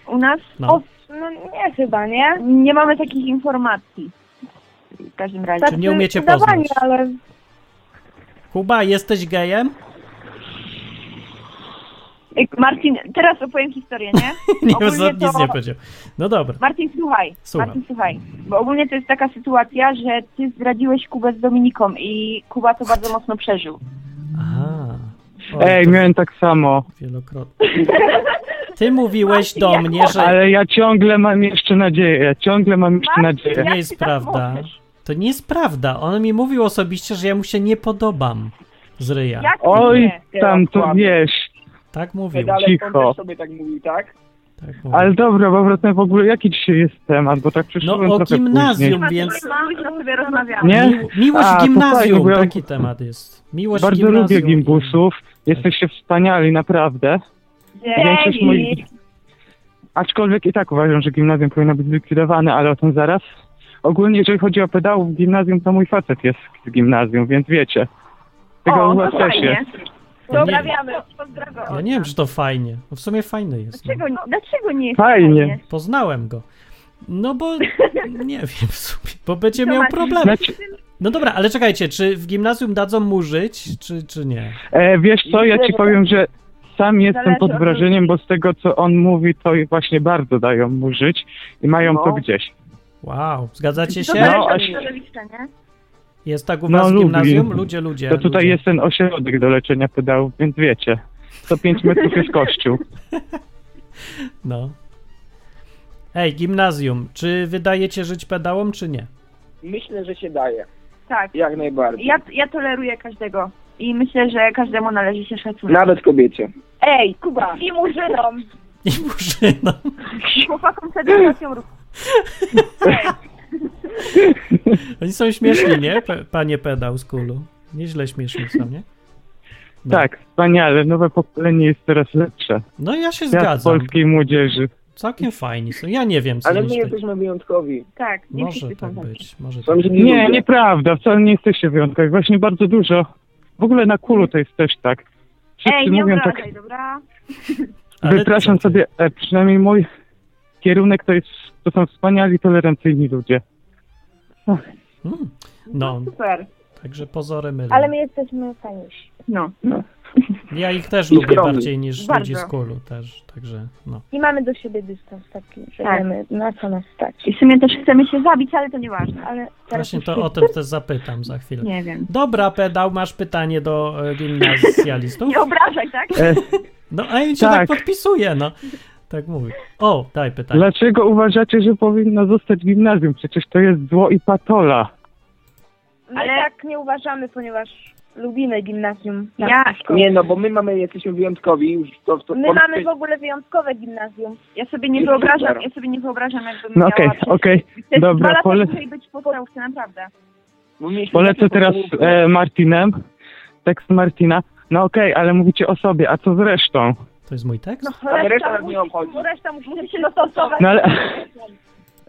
S3: U nas
S1: No.
S3: o,
S6: No nie chyba, nie?
S3: nie mamy takich informacji. W każdym razie.
S1: Czy Znaczy, nie umiecie
S6: Zdawanie,
S1: poznać?
S6: ale
S1: Kuba, jesteś gejem? <laughs>
S3: Ej, Marcin, teraz opowiem historię, nie?
S1: <laughs> Nie,
S3: Ogólnie
S1: za- nic
S3: to-
S1: nie powiedział. No dobra.
S3: Marcin, słuchaj.
S1: Słucham.
S3: Marcin, słuchaj. Bo ogólnie to jest taka sytuacja, że ty zdradziłeś Kubę z Dominiką i Kuba to bardzo mocno przeżył.
S1: Aha. Oj,
S7: Ej,
S1: to
S7: miałem tak samo,
S1: Wielokrotnie. Ty mówiłeś do mnie, że
S7: ale ja ciągle mam jeszcze nadzieję, ja ciągle mam jeszcze
S1: to
S7: nadzieję.
S1: nie
S3: tak
S1: jest prawda. To nie jest prawda. On mi mówił osobiście, że ja mu się nie podobam z ryja.
S3: Jak
S7: Oj,
S3: nie?
S7: tam to wiesz,
S1: Tak mówił.
S2: Pedale
S7: Cicho.
S2: on też sobie tak mówił, tak?
S1: Tak mówił.
S7: ale dobra, powrotne w ogóle, jaki dzisiaj jest temat, bo tak
S1: No
S7: przyszedłem
S1: o
S7: trochę
S1: gimnazjum,
S3: Masz,
S1: więc
S3: Późno sobie rozmawiamy.
S7: później. Nie?
S1: Mił- miłość
S7: A,
S1: w gimnazjum,
S7: to fajnie, bo ja-
S1: taki temat jest. Miłość w
S7: Bardzo
S1: gimnazjum.
S7: lubię gimbusów, jesteście wspaniali, naprawdę. Większość moich... Aczkolwiek i tak uważam, że gimnazjum powinno być zlikwidowane, ale o tym zaraz. Ogólnie, jeżeli chodzi o pedałów w gimnazjum, to mój facet jest z gimnazjum, więc wiecie. Tego
S3: O, no
S7: u was też
S3: fajnie.
S7: jest.
S6: Pozdrawiamy.
S1: Ja nie wiem, czy to fajnie. No w sumie fajne jest. No.
S3: Dlaczego, dlaczego nie jest
S7: Fajnie.
S3: fajnie?
S1: Poznałem go. No bo nie wiem w sumie, bo będzie
S3: To
S1: miał
S3: Maciej.
S1: problemy.
S7: Znaczy,
S1: No dobra, ale czekajcie, czy w gimnazjum dadzą mu żyć, czy, czy nie?
S7: e, wiesz co, ja ci powiem, że sam jestem
S3: tak. Zależy
S7: pod
S3: od
S7: wrażeniem, bo z tego, co on mówi, to i właśnie bardzo dają mu żyć i mają
S2: No.
S7: to gdzieś.
S1: Wow, zgadzacie się?
S7: No,
S3: No,
S7: a-
S1: Jest tak u
S7: No,
S1: was w
S7: lubi.
S1: gimnazjum? Ludzie, ludzie.
S7: To tutaj
S1: ludzie.
S7: jest ten ośrodek do leczenia pedałów, więc wiecie. 105 metrów jest kościół.
S1: No. Ej, gimnazjum, czy wydajecie żyć pedałom, czy nie?
S2: Myślę, że się daje.
S3: tak.
S2: Jak najbardziej.
S3: Ja, ja toleruję każdego. I myślę, że każdemu należy się szacunek.
S2: Nawet kobiecie.
S3: Ej, Kuba!
S6: I murzynom.
S1: Nie muszę, no.
S3: Chłopakom z
S7: <laughs>
S3: edukacją rób.
S1: Oni są śmieszni, nie? Pe- panie pedał z kulu. Nieźle śmieszni są, nie? No.
S7: Tak, wspaniale, nowe pokolenie jest coraz lepsze.
S1: No ja się
S7: Ja z
S1: zgadzam.
S7: polskiej młodzieży.
S1: Całkiem fajni są. Ja nie wiem, co
S2: Ale
S1: oni
S2: my
S1: tutaj-
S2: jesteśmy wyjątkowi.
S3: Tak, nie
S1: Może
S3: wszyscy
S1: tak
S3: są tacy.
S1: być, może tak
S2: Są
S1: być.
S2: źli
S7: Nie,
S2: ludzie.
S7: nieprawda, wcale nie jesteście wyjątkowi. Właśnie bardzo dużo. W ogóle na kulu to jest też tak. Wszyscy
S3: Ej, nie
S7: mówią tak,
S3: obrażaj, dobra?
S1: Ale tak,
S7: wypraszam
S1: co ty?
S7: sobie, e, przynajmniej mój kierunek to jest, to są wspaniali, tolerancyjni ludzie.
S1: Mm. No,
S3: Super.
S1: hmm. także pozory mylą.
S6: Ale my jesteśmy fajniejsi.
S3: No.
S1: Ja ich też
S2: I
S1: lubię
S2: skromny.
S1: bardziej niż
S6: Bardzo.
S1: ludzi z kulu też, także no.
S6: I mamy do siebie dystans taki, że
S3: Tak.
S6: wiemy na co nas stać.
S3: I w sumie też chcemy się zabić, ale to nieważne.
S6: Ale teraz
S1: Właśnie
S6: już
S1: to
S6: się-
S1: o tym też zapytam za chwilę.
S3: Nie wiem.
S1: Dobra, pedał, masz pytanie do e, gimnazjalistów?
S3: Nie obrażaj, tak?
S7: E,
S1: No a im się tak,
S7: Tak.
S1: podpisuje, no. Tak mówi. O, daj pytanie.
S7: Dlaczego uważacie, że powinno zostać gimnazjum? Przecież to jest zło i patola.
S6: My
S3: Ale-
S6: tak nie uważamy, ponieważ lubimy gimnazjum.
S1: tak.
S3: Ja-
S6: szkołę.
S2: Nie, no bo my mamy, jesteśmy wyjątkowi. Już to, to
S6: My mamy w ogóle wyjątkowe gimnazjum.
S3: Ja sobie nie wyobrażam, ja sobie nie wyobrażam, jakbym
S7: No
S3: miała
S7: okej,
S3: przejść-
S7: okej,
S3: Te
S7: dobra,
S3: dwa lata
S7: pole-
S3: musieli być w podstawówce, naprawdę.
S2: Bo mieliśmy
S7: Polecę
S2: takie
S7: teraz
S2: podróże.
S7: e, Martinem, tekst Martina. No okej, ale mówicie o sobie, a co z resztą?
S1: To jest mój tekst?
S2: Ale reszta nas nie obchodzi.
S6: Reszta musi, musi się dostosować.
S7: tak No ale... <laughs>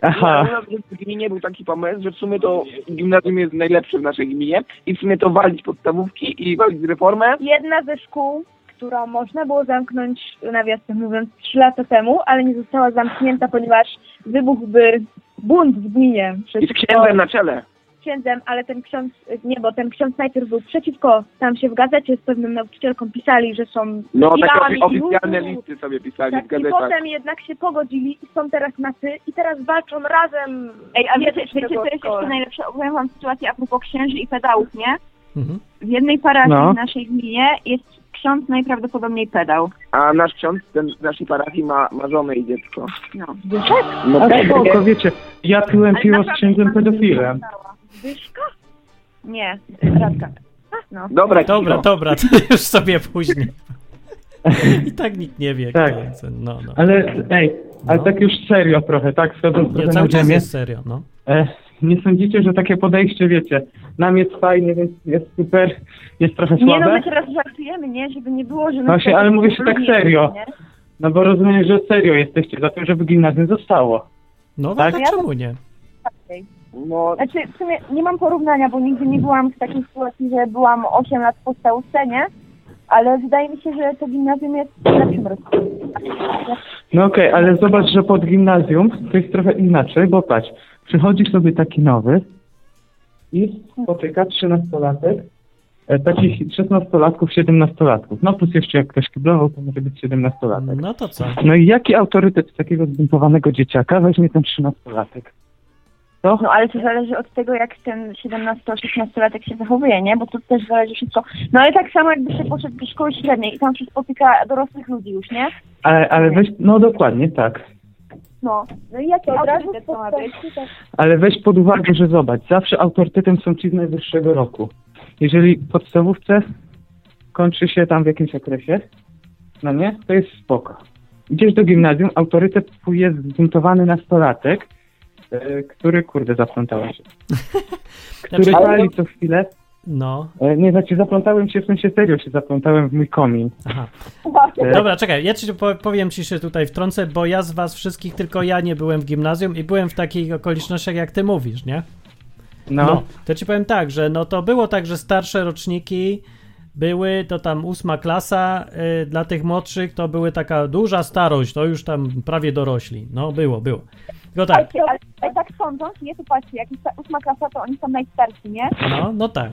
S7: Aha,
S2: No, Ale u nas w gminie był taki pomysł, że w sumie to gimnazjum jest najlepsze w naszej gminie i w sumie to walić podstawówki i walić reformę.
S6: Jedna ze szkół, którą można było zamknąć, nawiasem mówiąc, trzy lata temu, ale nie została zamknięta, ponieważ wybuchłby bunt w gminie.
S2: I z
S6: przeciwko-
S2: księdzem na czele.
S6: księdzem, ale ten ksiądz, nie, bo ten ksiądz najpierw był przeciwko, tam się w gazecie z pewnym nauczycielką pisali, że są
S2: No takie
S6: Idealnie.
S2: ofi- oficjalne listy sobie pisali
S6: tak,
S2: w
S6: i
S2: gazetach.
S6: potem jednak się pogodzili i są teraz na ty i teraz walczą razem.
S3: Ej, a wiecie,
S6: Jednej
S3: wiecie co
S6: szkoły.
S3: jest jeszcze najlepsze? Opowiem wam sytuację a propos księży i pedałów, nie?
S1: Mhm.
S3: W jednej parafii
S7: No.
S3: w naszej gminie jest ksiądz najprawdopodobniej pedał.
S2: A nasz ksiądz ten, z naszej parafii ma, ma żonę i dziecko.
S3: No.
S2: No
S7: a
S2: tak,
S7: spoko, wiecie, ja piłem
S3: Ale
S7: piwo z
S3: naprawdę
S7: księdzem
S3: bardzo
S7: pedofilem.
S3: Dyszka? Nie, radka. No.
S2: Dobra,
S7: Tak,
S1: Dobra,
S2: cicho.
S1: dobra, to <laughs> już sobie
S7: <laughs>
S1: później. I tak nikt nie wie,
S7: Tak.
S1: kto jest ten- No, no.
S7: Ale ej, ale
S1: No.
S7: tak już serio trochę, tak? Wchodząc
S1: Ja
S7: trochę na
S1: cały czas
S7: ziemię.
S1: jest serio, no.
S7: E, nie sądzicie, że takie podejście, wiecie, nam jest fajnie, więc jest super, jest trochę
S3: Nie no,
S7: słabe?
S3: my teraz żartujemy, nie? Żeby nie było, że my
S7: Właśnie,
S3: teraz
S7: ale mówię się tak
S3: lubimy,
S7: serio.
S3: nie?
S7: No bo rozumiem, że serio jesteście za tym, żeby gimnazjum zostało.
S1: No
S7: Tak?
S1: tak, czemu nie?
S2: No,
S3: Znaczy, w sumie nie mam porównania, bo nigdy nie byłam w takiej sytuacji, że byłam 8 lat w podstawówce, nie? Ale wydaje mi się, że to gimnazjum jest w lepszym rozwoju.
S7: No okej, ale zobacz, że pod gimnazjum to jest trochę inaczej, bo patrz, przychodzi sobie taki nowy i spotyka trzynastolatek, e, takich szesnastolatków, siedemnastolatków. No plus jeszcze jak ktoś kiblował, to może być siedemnastolatek.
S1: No to co?
S7: No i jaki autorytet takiego zbuntowanego dzieciaka weźmie ten trzynastolatek?
S3: No ale to zależy od tego, jak ten 17-16-latek się zachowuje, nie? Bo to też zależy wszystko. No ale tak samo jakby się poszedł do szkoły średniej i tam się spotyka dorosłych ludzi już, nie?
S7: Ale, ale weź, no dokładnie, tak.
S3: No. No i jaki
S6: Od razu
S3: autorytet to ma być?
S7: Ale weź pod uwagę, że zobacz, zawsze autorytetem są ci z najwyższego roku. Jeżeli w podstawówce kończy się tam w jakimś okresie, no nie, to jest spoko. Idziesz do gimnazjum, autorytet twój jest zbuntowany nastolatek, e, który, kurde, zaplątałem się. Który
S1: Znaczy-
S7: pali co chwilę.
S1: No,
S7: E, Nie, znaczy zaplątałem się, w sensie serio się zaplątałem w mój komin.
S1: aha.
S7: E,
S1: Dobra, czekaj, ja ci po- powiem ci się tutaj wtrącę, bo ja z was wszystkich, tylko ja nie byłem w gimnazjum i byłem w takich okolicznościach, jak ty mówisz, nie?
S7: No,
S1: No, to ci powiem tak, że no to było tak, że starsze roczniki były, to tam ósma klasa, y, dla tych młodszych to były taka duża starość, to już tam prawie dorośli. No, było, było. Tylko tak,
S3: Ale, ale, ale tak sądząc, nie? Tu patrzcie, jak jest ta ósma klasa, to oni są najstarsi, nie?
S1: no, no tak.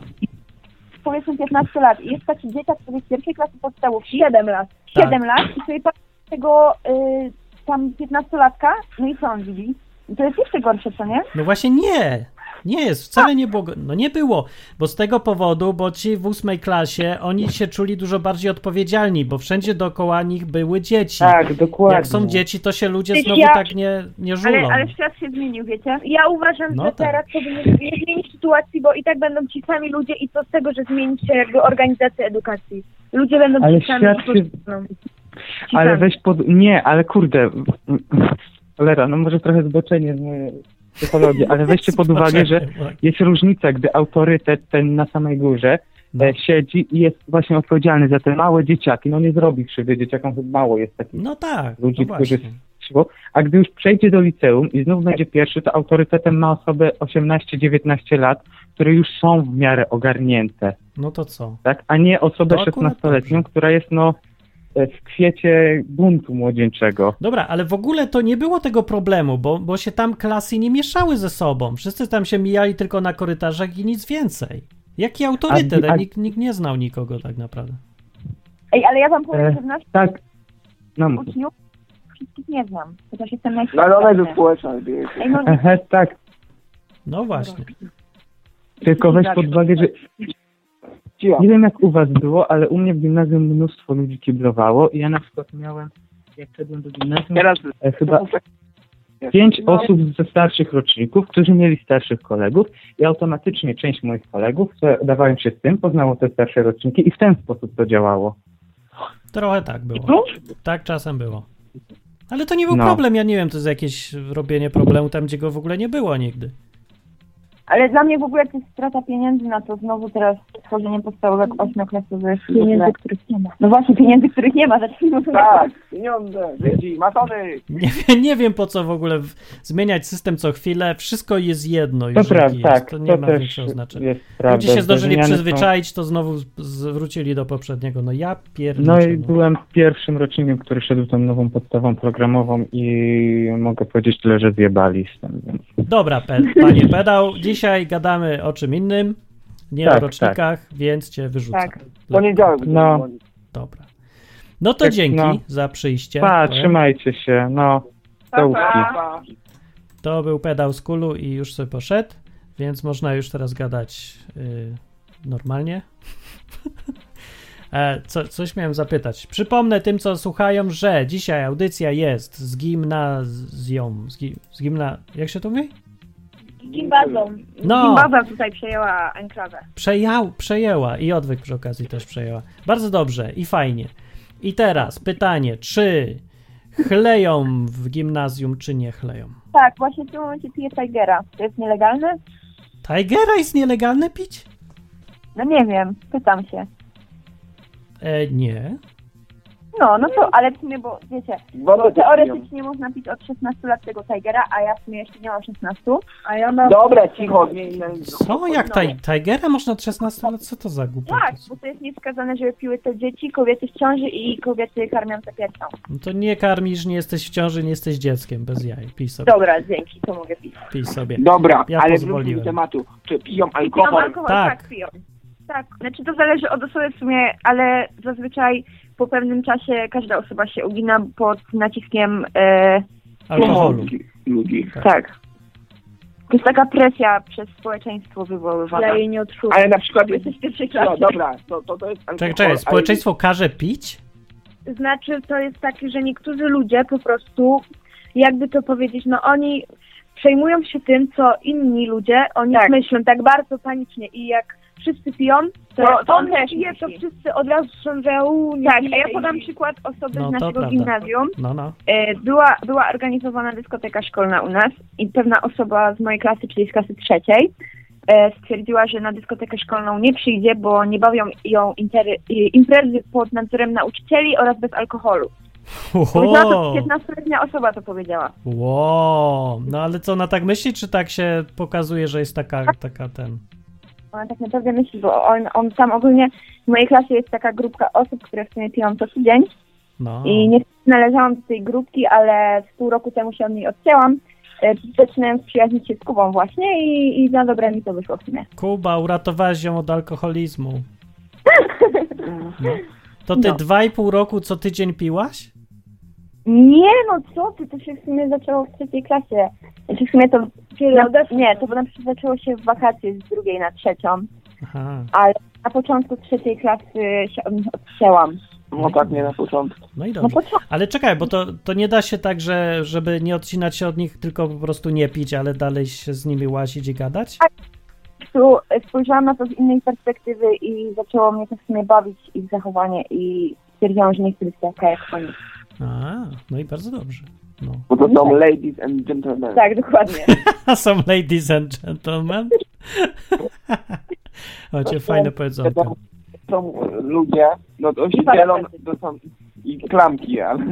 S3: Powiedzmy 15 lat. I jest taki dzieciak, który z pierwszej klasy podstawówki,
S6: 7 lat.
S3: 7 lat, i sobie patrzy na tego y, tam 15-latka, no i co on widzi? I to jest jeszcze gorsze, co nie?
S1: No właśnie nie. Nie jest, wcale nie było. go- No nie było, bo z tego powodu, bo ci w ósmej klasie oni się czuli dużo bardziej odpowiedzialni, bo wszędzie dookoła nich były dzieci.
S7: tak, dokładnie.
S1: Jak są dzieci, to się ludzie znowu
S6: Ja-
S1: tak nie, nie żulą.
S3: świat się zmienił, wiecie?
S6: Ja uważam,
S1: No
S6: że
S1: tak.
S6: teraz to by nie, nie zmienić sytuacji, bo i tak będą ci sami ludzie i co z tego, że zmieni się jakby organizacja edukacji. Ludzie będą
S7: Ale
S6: ci sami.
S7: świat się-
S6: no, ci
S7: Ale
S6: sami.
S7: weź pod... Nie, ale kurde. Cholera, no może trochę zboczenie z mojej psychologii, ale weźcie pod uwagę, że jest różnica, gdy autorytet ten na samej górze
S1: No.
S7: e, siedzi i jest właśnie odpowiedzialny za te małe dzieciaki. No nie zrobi krzywdy dzieciakom, chyba mało jest takich
S1: No tak.
S7: Ludzi,
S1: no właśnie.
S7: którzy- siło. A gdy już przejdzie do liceum i znów będzie pierwszy, to autorytetem ma osobę 18-19 lat, które już są w miarę ogarnięte
S1: No to co?
S7: tak? a nie osobę
S1: To akurat
S7: 16-letnią,
S1: dobrze.
S7: która jest no, e, w kwiecie buntu młodzieńczego.
S1: Dobra, ale w ogóle to nie było tego problemu, bo, bo się tam klasy nie mieszały ze sobą. Wszyscy tam się mijali tylko na korytarzach i nic więcej. Jaki autorytet?
S7: a-
S1: Nikt, nikt nie znał nikogo tak naprawdę.
S6: Ej, ale ja wam powiem,
S7: E.
S6: że w naszym
S7: Tak. No, mów.
S6: uczniów wszystkich nie znam, chociaż jestem
S2: No ale ona
S6: najstarszy.
S2: jest społeczna, wiecie.
S6: Ej, no,
S7: Ehe, tak.
S1: No właśnie.
S7: Tylko weź pod uwagę, że
S2: Cicho.
S7: nie wiem jak u was było, ale u mnie w gimnazjum mnóstwo ludzi kiblowało i ja na przykład miałem, jak szedłem do gimnazjum,
S2: Teraz
S7: e, chyba pięć
S2: No
S7: osób ze starszych roczników, którzy mieli starszych kolegów i automatycznie część moich kolegów, które dawałem się z tym, poznało te starsze roczniki i w ten sposób to działało.
S1: Trochę tak było. Tak czasem było. Ale to nie był
S7: No.
S1: problem, ja nie wiem, to jest jakieś robienie problemu tam, gdzie go w ogóle nie było nigdy.
S6: ale dla mnie w ogóle to jest strata pieniędzy na to znowu teraz tworzenie podstawówek ośmioklasowych.
S3: Pieniędzy,
S6: których nie ma. No właśnie, pieniędzy, których nie ma, zacznijmy od tego.
S2: Tak, pieniądze, Żydzi, masony.
S1: Nie, wie- nie wiem po co w ogóle w, zmieniać system co chwilę, wszystko jest jedno już
S7: To
S1: jaki
S7: prawda,
S1: jest.
S7: tak.
S1: to nie
S7: to
S1: ma
S7: też
S1: większego znaczenia.
S7: jest prawda.
S1: Ludzie się zdążyli
S7: Zmiany są-
S1: przyzwyczaić, to znowu z- zwrócili do poprzedniego. No ja pierdolę.
S7: No i byłem pierwszym rocznikiem, który szedł tą nową podstawą programową i mogę powiedzieć tyle, że zjebali z tym. Więc.
S1: Dobra, pe, panie pedał, dzisiaj gadamy o czym innym, nie o
S7: Tak,
S1: rocznikach, więc cię wyrzucam.
S6: Tak.
S2: Poniedziałek. będziemy
S7: No.
S2: dzwonić.
S1: Dobra. No to
S7: Tak,
S1: dzięki
S7: no.
S1: za przyjście.
S7: Pa, trzymajcie się, no. Czołówki.
S2: Pa.
S1: To był pedał z kulu i już sobie poszedł, więc można już teraz gadać y, normalnie. <laughs> E, Co, coś miałem zapytać. Przypomnę tym, co słuchają, że dzisiaj audycja jest z gimnazją. Z, gi, z gimna. Jak się to mówi?
S3: Gimbazą.
S1: No.
S3: Gimbaza tutaj przejęła enklawę.
S1: Przejał, przejęła i odwyk przy okazji też przejęła. Bardzo dobrze i fajnie. I teraz pytanie, czy chleją w gimnazjum, czy nie chleją?
S6: Tak, właśnie w tym momencie piję Tigera. To jest nielegalne?
S1: Tigera jest nielegalne pić?
S6: No nie wiem, pytam się.
S1: E, nie.
S6: No, no to, ale w sumie, bo wiecie,
S2: Bo to teoretycznie.
S6: teoretycznie można pić od 16 lat tego Tigera, a ja w sumie jeszcze nie mam 16.
S3: A ja mam...
S2: Dobra, cicho, zmienimy.
S1: Co? Jak taj, Tigera można od 16 lat? Co to za głupota?
S6: Tak, bo to jest niewskazane, żeby piły te dzieci, kobiety w ciąży i kobiety karmiące piersią.
S1: No to nie karmisz, nie jesteś w ciąży, nie jesteś dzieckiem, bez jaj. Pij sobie,
S3: Dobra, dzięki, to mogę pić.
S1: pij sobie.
S2: Dobra,
S1: Ja
S2: ale wróćmy
S1: pozwoliłem.
S2: do tematu. Czy piją
S3: Piją
S2: alkohol?
S3: alkohol,
S1: Tak.
S3: tak. tak, piją.
S6: Tak, znaczy to zależy od osoby w sumie, ale zazwyczaj po pewnym czasie każda osoba się ugina pod naciskiem, e,
S1: Alkoholu.
S2: Ludzi- Ludzi.
S1: Tak.
S6: tak. To jest taka presja przez społeczeństwo wywoływana.
S3: Ja jej nie odczuwam.
S2: Ale na przykład jesteś...
S3: Jesteś pierwszy
S2: No
S3: klasie.
S2: dobra, to, to, to jest alkohol.
S1: Czekaj, czekaj,
S2: ale-
S1: społeczeństwo każe pić?
S3: Znaczy, to jest takie, że niektórzy ludzie po prostu, jakby to powiedzieć, no oni przejmują się tym, co inni ludzie o nich
S6: Tak.
S3: myślą tak bardzo panicznie i jak wszyscy piją, to,
S6: To-
S3: jak
S6: to
S3: on
S6: on też
S3: pije, to
S6: myśli.
S3: wszyscy od razu są, że u, nie
S6: Tak,
S3: pij,
S6: a ja
S3: nie
S6: podam
S3: pij.
S6: przykład osoby
S1: No,
S6: z
S1: to
S6: naszego
S1: prawda.
S6: gimnazjum.
S1: No, no.
S6: E, Była, była organizowana dyskoteka szkolna u nas i pewna osoba z mojej klasy, czyli z klasy trzeciej, e, stwierdziła, że na dyskotekę szkolną nie przyjdzie, bo nie bawią ją intery, i- imprezy pod nadzorem nauczycieli oraz bez alkoholu. Powiedziała to
S1: Oho.
S6: 15-letnia osoba to powiedziała.
S1: Wow. No ale co, ona tak myśli, czy tak się pokazuje, że jest taka, taka ten...
S6: Ona tak naprawdę myśli, bo on, on tam ogólnie w mojej klasie jest taka grupka osób, które w sumie piją co tydzień
S1: No.
S6: I nie należałam do tej grupki, ale z pół roku temu się od niej odcięłam. E, Zaczynałem przyjaźnić się z Kubą właśnie i, i na dobre mi to wyszło w sumie.
S1: Kuba, uratowałaś ją od alkoholizmu. No. To ty
S6: No.
S1: dwa i pół roku co tydzień piłaś?
S6: Nie no, co ty, to się w sumie zaczęło w trzeciej klasie. Znaczy w sumie to... Na, nie, to na przykład zaczęło się w wakacje z drugiej na trzecią,
S1: Aha.
S6: ale na początku trzeciej klasy się od nich odcięłam.
S2: No tak, nie na początku.
S1: No i
S6: No
S1: dobrze.
S6: po co?
S1: Ale czekaj, bo to, to nie da się tak, że żeby nie odcinać się od nich, tylko po prostu nie pić, ale dalej się z nimi łazić i gadać?
S8: Tak.
S6: prostu spojrzałam na to z innej perspektywy i zaczęło mnie to w sumie bawić ich zachowanie i stwierdziłam, że nie chcę być taka jak oni.
S1: A, no i bardzo dobrze. No. <laughs>
S2: Bo to są ladies and gentlemen.
S6: Tak, <laughs> dokładnie.
S1: A są ladies and gentlemen? <laughs> o, cię fajne powiedzonko.
S2: To są ludzie, no to się dzielą, to są i klamki, ale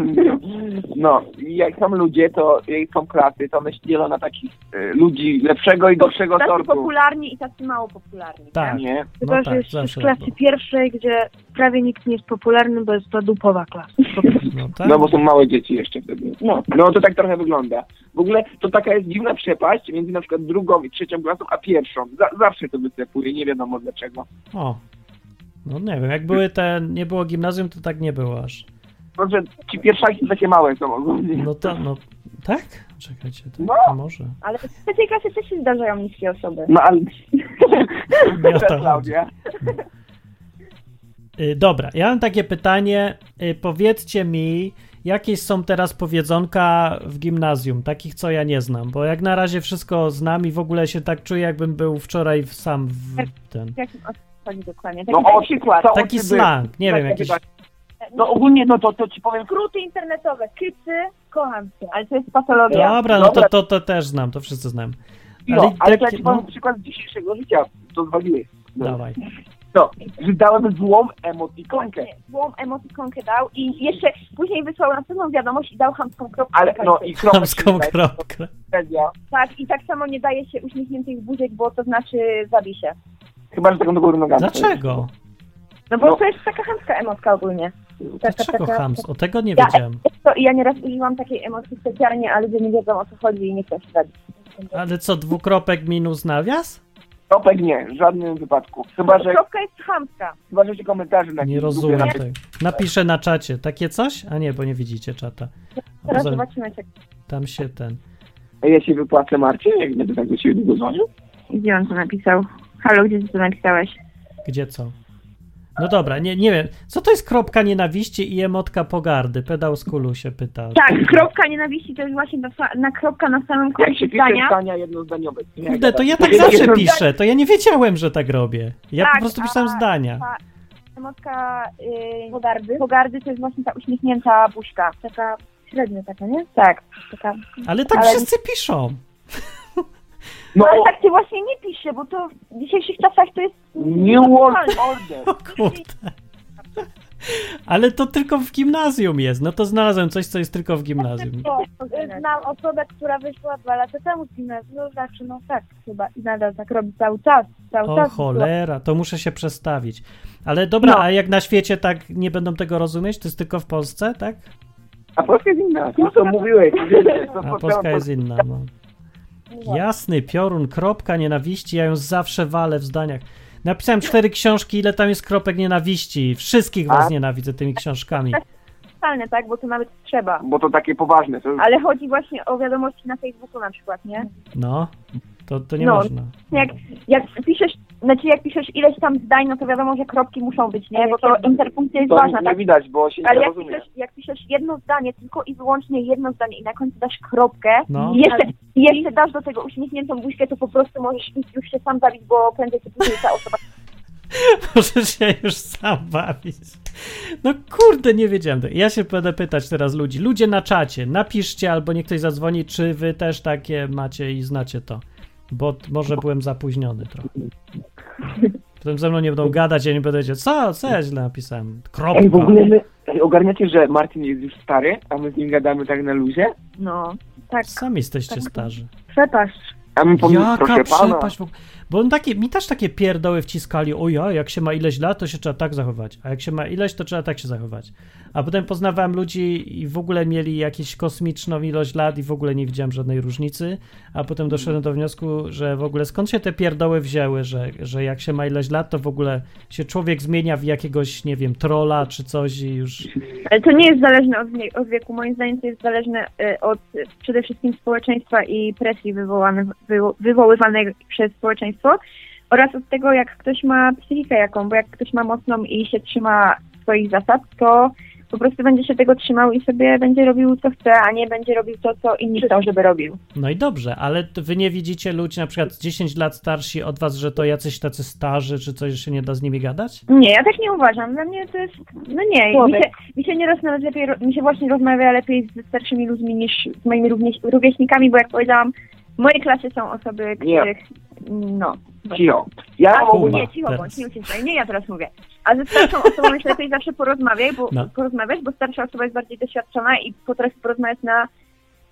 S2: no i jak są ludzie, to jak są klasy, to one się dzielą na takich e, ludzi lepszego i gorszego
S6: Tacy
S2: sortu.
S6: popularni i tacy mało popularni.
S1: Tak,
S2: Nie,
S1: no
S8: Chyba, że
S1: tak,
S8: jest z
S1: zawsze tak
S8: klasy
S1: było.
S8: pierwszej, gdzie prawie nikt nie jest popularny, bo jest to dupowa klasa. Po prostu.
S1: No tak.
S2: no bo są małe dzieci jeszcze wtedy.
S6: No.
S2: No to tak trochę wygląda. W ogóle to taka jest dziwna przepaść między na przykład drugą i trzecią klasą, a pierwszą. Za, zawsze to występuje, nie wiadomo dlaczego.
S1: O. No nie wiem, jak były te, nie było gimnazjum, to tak nie było aż.
S2: Może No, ci pierwszaki takie małe są ogólnie.
S1: No to, no, tak? Czekajcie, tak,
S2: No.
S1: to może.
S6: Ale w trzeciej klasie też się zdarzają niskie osoby.
S2: No ale...
S1: Nie o to
S2: Klaudia.
S1: Y, dobra, ja mam takie pytanie, y, powiedzcie mi, jakie są teraz powiedzonka w gimnazjum, takich, co ja nie znam, bo jak na razie wszystko znam i w ogóle się tak czuję, jakbym był wczoraj w- sam w ten...
S6: W jakim o co chodzi dokładnie? Taki
S2: No o przykład. to
S1: Taki
S2: o tym
S1: slang, nie wiem,
S2: Tak,
S1: jakiś...
S2: tak. No ogólnie no to, to ci powiem krótko.
S6: Skróty internetowe, kicy, kocham cię. Ale to jest patologia.
S1: Dobra, no to,
S2: Dobra.
S1: to, to też znam, to wszyscy znam.
S2: No,
S1: Ale tak-
S2: ale, to ja ci powiem
S1: no.
S2: przykład z dzisiejszego życia. To zwaliłeś.
S1: Dawaj.
S2: No, że dałem złą emotikonkę.
S6: Właśnie, Złą emotikonkę dał i jeszcze później wysłał następną wiadomość i dał chamską kropkę.
S2: Ale no i kropka.
S1: Chamską
S2: się wydaje, to
S1: kropkę.
S2: tragedia.
S6: Tak, i tak samo nie daje się uśmiechniętych buziek, bo to znaczy zabij się.
S2: Chyba, że tego do góry nogami.
S1: Dlaczego?
S6: No bo
S2: No.
S6: to jest taka chamska emotka ogólnie. Taka,
S1: Dlaczego
S6: taka-
S1: hams? O tego nie
S6: Ja-
S1: wiedziałem.
S6: To, I ja nieraz użyłam takiej emocji specjalnie, ale ludzie nie wiedzą o co chodzi i nie chcą się zabić.
S1: Ale co, dwukropek minus nawias?
S2: Topek nie, w żadnym wypadku. Chyba, że,
S6: Kropka jest chamska.
S2: chyba, że się komentarze Tak, na
S1: Nie rozumiem tego. Napiszę na czacie. Takie coś? A nie, bo nie widzicie czata.
S6: Teraz
S1: Poza-
S6: zobaczymy, czy
S1: Tam się ten...
S2: Ja się wypłacę Marcie, jak będę tak do siebie długo dzwonił.
S3: Gdzie on to napisał? Halo, gdzie ty to napisałeś?
S1: Gdzie co? No dobra, nie, nie wiem. Co to jest kropka nienawiści i emotka pogardy? Pedał z kulu się pyta.
S3: Tak, kropka nienawiści to jest właśnie na, fa- na kropka na samym
S2: Jak
S3: końcu
S2: się pisze
S3: zdania.
S2: zdania jednozdaniowe. Nie, jak
S1: Kurde, to ja tak
S2: Wiecie,
S1: zawsze
S2: że-
S1: piszę. To ja nie wiedziałem, że tak robię. Ja po
S6: Tak,
S1: prostu pisałem
S6: a-
S1: zdania.
S6: emotka yy, pogardy. Pogardy to jest właśnie ta uśmiechnięta buźka. Taka średnia taka, nie? Tak. Taka.
S1: Ale tak
S6: ale-
S1: wszyscy piszą.
S2: No,
S6: Ale tak się właśnie nie pisze, bo to w dzisiejszych czasach to jest...
S2: New World Order.
S1: O kurde. Ale to tylko w gimnazjum jest. No to znalazłem coś, co jest tylko w gimnazjum.
S4: Bo y, znam osobę, która wyszła dwa lata temu z gimnazjum, znaczy no tak chyba i nadal tak robi cały czas, cały
S1: O
S4: czas.
S1: cholera, to muszę się przestawić. Ale dobra, a jak na świecie tak nie będą tego rozumieć? To jest tylko w Polsce, tak?
S2: A Polska jest inna. To co mówiłeś. wiecie, co
S1: A
S2: spotkałem,
S1: Polska
S2: to-
S1: jest inna. No. Jasny piorun, kropka nienawiści, ja ją zawsze walę w zdaniach. Napisałem cztery książki, ile tam jest kropek nienawiści. Wszystkich was
S2: A?
S1: nienawidzę tymi książkami.
S6: Totalne, tak? Bo to nawet trzeba.
S2: Bo to takie poważne. To...
S6: Ale chodzi właśnie o wiadomości na Facebooku na przykład, nie?
S1: No, to, to nie
S6: No,
S1: można.
S6: Jak, jak piszesz, znaczy jak piszesz ileś tam zdań, no to wiadomo, że kropki muszą być, nie? Bo to interpunkcja jest
S2: To
S6: ważna,
S2: nie
S6: tak?
S2: widać, bo się nie
S6: Ale jak
S2: rozumie.
S6: piszesz, jak piszesz jedno zdanie, tylko i wyłącznie jedno zdanie i na końcu dasz kropkę
S1: No.
S6: i jeszcze, i jeszcze dasz do tego uśmiechniętą buźkę, to po prostu możesz już się sam zabić, bo prędzej czy później ta osoba...
S1: Możesz się już sam bawić. No kurde, nie wiedziałem. tego. Ja się będę pytać teraz ludzi. Ludzie na czacie, napiszcie albo niech ktoś zadzwoni, czy wy też takie macie i znacie to. Bo t- może byłem zapóźniony trochę. Potem ze mną nie będą gadać, ja nie będę wiedział, co, co ja źle napisałem.
S2: Ej, w
S1: Kropka.
S2: ogóle my ej, ogarniacie, że Martin jest już stary, a my z nim gadamy tak na luzie?
S4: No, tak,
S1: Sami jesteście starzy.
S4: przepaść.
S2: A my powiem,
S1: Jaka
S2: proszę pana.
S1: przepaść. w ogóle. Bo on takie, mi też takie pierdoły wciskali. O ja, jak się ma ileś lat, to się trzeba tak zachować. A jak się ma ileś, to trzeba tak się zachować. A potem poznawałem ludzi i w ogóle mieli jakieś kosmiczną ilość lat i w ogóle nie widziałem żadnej różnicy. A potem doszedłem do wniosku, że w ogóle skąd się te pierdoły wzięły, że, że jak się ma ileś lat, to w ogóle się człowiek zmienia w jakiegoś, nie wiem, trola czy coś i już...
S3: Ale to nie jest zależne od, wie- od wieku. Moim zdaniem to jest zależne
S6: y,
S3: e, od e, przede wszystkim społeczeństwa i presji wywołanych, wywo- wywoływanej przez społeczeństwo oraz od tego, jak ktoś ma psychikę jaką, bo jak ktoś ma mocną i się trzyma swoich zasad, to po prostu będzie się tego trzymał i sobie będzie robił co chce, a nie będzie robił to, co inni chcą, żeby robił.
S1: No i dobrze, ale t- wy nie widzicie ludzi na przykład 10 lat starsi od was, że to jacyś tacy starzy, czy coś, że się nie da z nimi gadać?
S3: Nie, ja tak nie uważam. Dla mnie to jest, no nie, mi się, mi się nieraz nawet lepiej, ro- mi się właśnie rozmawia lepiej ze starszymi ludźmi niż z moimi równie, rówieśnikami, bo jak powiedziałam, w mojej klasie są osoby,
S2: Nie.
S3: których, no.
S2: Cicho. Ja mam
S1: Kuma
S3: Albo nie, Tak, cicho,
S1: teraz.
S3: bądź, nie uciekaj, nie ja teraz mówię. A ze starszą osobą jest lepiej zawsze porozmawiaj, bo,
S1: No.
S3: porozmawiać, bo starsza osoba jest bardziej doświadczona i potrafi porozmawiać na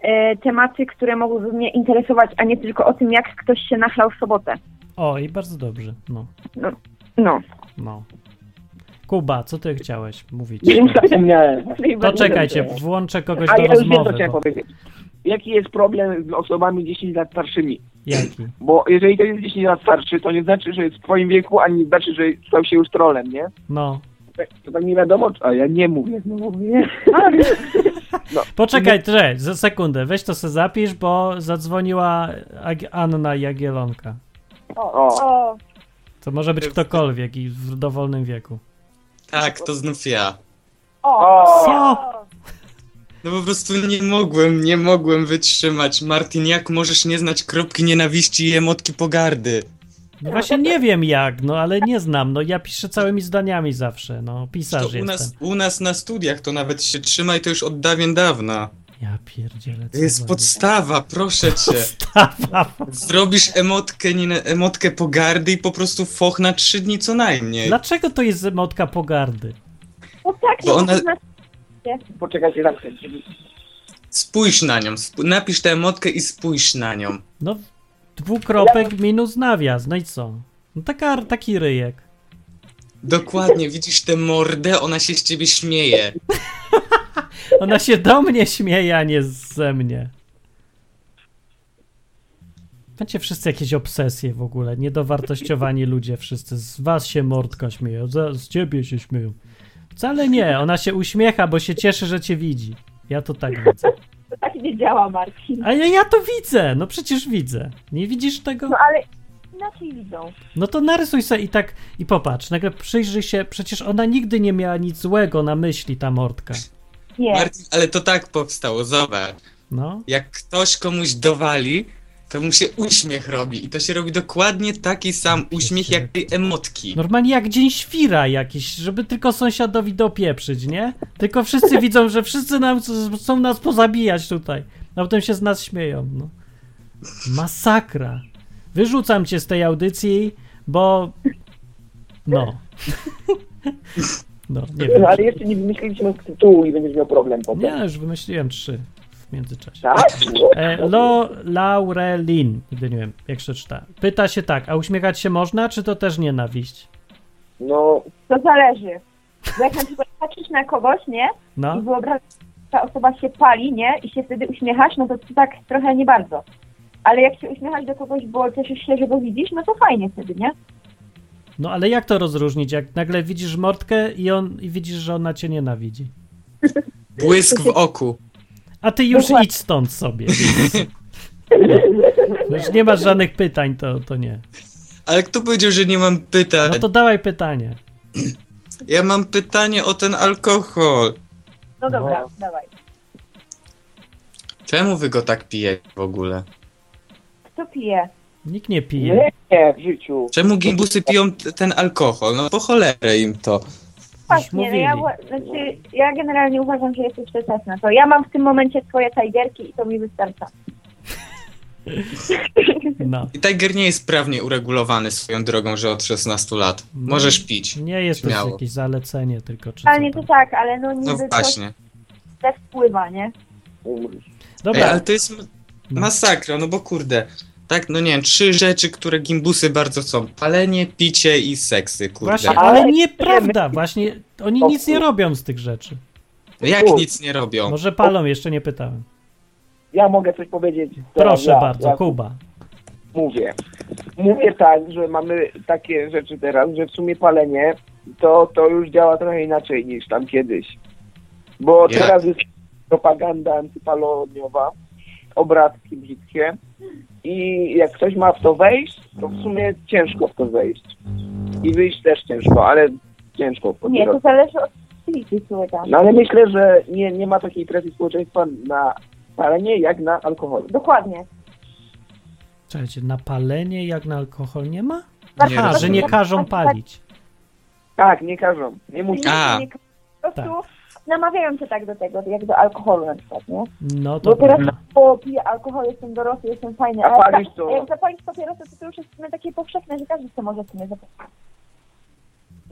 S3: e, tematy, które mogłyby mnie interesować, a nie tylko o tym, jak ktoś się nachlał w sobotę.
S1: O, i bardzo dobrze, no,
S3: No.
S1: no. Kuba, co ty chciałeś mówić?
S2: Ja już zapomniałem.
S1: To czekajcie, włączę kogoś
S2: A
S1: do
S2: ja już wiem, co
S1: rozmowy.
S2: chciałem
S1: bo-
S2: powiedzieć. Jaki jest problem z osobami 10 lat starszymi?
S1: Jaki?
S2: Bo jeżeli ktoś jest 10 lat starszy, to nie znaczy, że jest w twoim wieku, ani nie znaczy, że stał się już trolem, nie?
S1: No.
S2: Tak, To tak nie wiadomo, czy- a ja nie mówię znowu, nie?
S6: No,
S1: Poczekaj, że, za sekundę, weź to sobie zapisz, bo zadzwoniła Ag- Anna Jagielonka.
S2: <laughs> O,
S4: O,
S1: To może być ktokolwiek i w dowolnym wieku.
S9: Tak, to znów ja.
S2: o,
S1: Co?
S9: No po prostu nie mogłem, nie mogłem wytrzymać. Martin, jak możesz nie znać kropki nienawiści i emotki pogardy?
S1: No właśnie nie wiem jak, no ale nie znam, no ja piszę całymi zdaniami zawsze, no
S9: To
S1: pisarz
S9: u
S1: jestem.
S9: nas, u nas na studiach to nawet się trzyma i to już od dawien dawna.
S1: Ja pierdzielę. co
S9: To jest
S1: za-
S9: podstawa, proszę cię.
S1: Podstawa.
S9: Zrobisz emotkę, nie, emotkę pogardy i po prostu foch na trzy dni co najmniej.
S1: Dlaczego to jest emotka pogardy?
S4: no tak,
S9: Bo ona,
S2: poczekajcie, zamknę.
S9: spójrz na nią, sp- napisz tę emotkę i spójrz na nią.
S1: No, dwukropek minus nawias, no i co? No taka, taki ryjek.
S9: Dokładnie, widzisz tę mordę, ona się z ciebie śmieje.
S1: Ona się do mnie śmieje, a nie ze mnie. Macie wszyscy jakieś obsesje w ogóle, niedowartościowani ludzie wszyscy. Z was się mordka śmieją, za- z ciebie się śmieją. Wcale nie, ona się uśmiecha, bo się cieszy, że cię widzi. Ja to tak widzę.
S3: To tak nie działa, Marcin.
S1: Ale ja to widzę, no przecież widzę. Nie widzisz tego?
S3: No ale inaczej widzą.
S1: No to narysuj sobie i tak, i popatrz, nagle przyjrzyj się, przecież ona nigdy nie miała nic złego na myśli, ta mordka.
S3: Nie.
S9: Martin, ale to tak powstało, zobacz.
S1: No,
S9: Jak ktoś komuś dowali, to mu się uśmiech robi. I to się robi dokładnie taki sam uśmiech jak tej emotki.
S1: normalnie jak dzień świra jakiś, żeby tylko sąsiadowi dopieprzyć, nie? Tylko wszyscy widzą, że wszyscy nam chcą nas pozabijać tutaj, a potem się z nas śmieją, no. Masakra. Wyrzucam cię z tej audycji, bo... No. <laughs> No, nie wiem.
S2: No, ale jeszcze nie wymyśliliśmy tytułu i będziesz miał problem potem.
S1: Nie, no, już wymyśliłem trzy w międzyczasie.
S2: Tak?
S1: <laughs> E, Lo Laurelin, nigdy nie wiem jak się czyta. Pyta się tak, a uśmiechać się można, czy to też nienawiść?
S2: No,
S3: To zależy. Bo jak na przykład patrzysz na kogoś, nie? I
S1: No,
S3: wyobraź, ta osoba się pali, nie? I się wtedy uśmiechasz, no to ty tak trochę nie bardzo. Ale jak się uśmiechasz do kogoś, bo cieszysz się, że go widzisz, no to fajnie wtedy, nie?
S1: no ale jak to rozróżnić, jak nagle widzisz mordkę i, on, i widzisz, że ona cię nienawidzi?
S9: Błysk w oku.
S1: A ty już idź stąd sobie. <laughs> No, Już nie masz żadnych pytań, to, to nie.
S9: Ale kto powiedział, że nie mam pytań?
S1: No to dawaj pytanie.
S9: Ja mam pytanie o ten alkohol.
S3: No dobra, dawaj.
S9: Czemu wy go tak pijecie w ogóle?
S3: Kto pije?
S1: Nikt nie pije.
S2: nie, nie, w życiu.
S9: Czemu gimbusy piją t- ten alkohol? No po cholerę im to.
S1: Już
S3: Właśnie, no
S1: mówili.
S3: ja, wła- znaczy, ja generalnie uważam, że jesteś przeczesna. To ja mam w tym momencie swoje tajgerki i to mi wystarcza.
S1: No.
S9: I Tiger nie jest prawnie uregulowany swoją drogą, że od 16 lat. Możesz pić.
S1: No. Nie jest to
S9: Śmiało.
S1: jakieś zalecenie tylko. Czy co
S3: Ale nie to
S1: tam.
S3: tak, ale no
S9: No
S3: niby coś
S9: właśnie.
S3: też wpływa, nie?
S9: Ej,
S1: Dobra,
S9: ale to jest m- masakra, no bo kurde. Tak, no nie wiem, trzy rzeczy, które gimbusy bardzo chcą. Palenie, picie i seksy, kurde.
S1: właśnie, ale nieprawda, właśnie oni nic nie robią z tych rzeczy.
S9: No Jak nic nie robią?
S1: Może palą, jeszcze nie pytałem.
S2: Ja mogę coś powiedzieć. To
S1: Proszę
S2: ja,
S1: bardzo,
S2: ja
S1: Kuba.
S2: mówię. Mówię tak, że mamy takie rzeczy teraz, że w sumie palenie to, to już działa trochę inaczej niż tam kiedyś. Bo
S9: Jak?
S2: teraz jest propaganda antypaloniowa, obrazki brzydkie i jak ktoś ma w to wejść, to w sumie ciężko w to wejść. I wyjść też ciężko, ale ciężko. po
S3: Nie, to
S9: No.
S2: drodze.
S3: zależy od rzeczywistości, słuchaj tam.
S2: No ale myślę, że nie, nie ma takiej presji społeczeństwa na palenie jak na alkohol.
S3: Dokładnie.
S1: Czekajcie, na palenie jak na alkohol nie ma?
S9: Nie
S1: A,
S9: rozumiem.
S1: tak, że nie każą palić.
S2: Tak, nie każą. Nie muszą.
S9: A.
S3: Nie- Po
S1: Tak.
S3: prostu namawiają cię tak do tego, jak do alkoholu na przykład, nie?
S1: No to
S3: Bo teraz po piję alkohol, jestem dorosły, jestem fajny,
S2: A
S3: ale
S2: palisz
S3: tak,
S2: to-
S3: jak zapalisz papierosy, to to już jest w sumie takie powszechne, że każdy sobie może w sumie zapalić.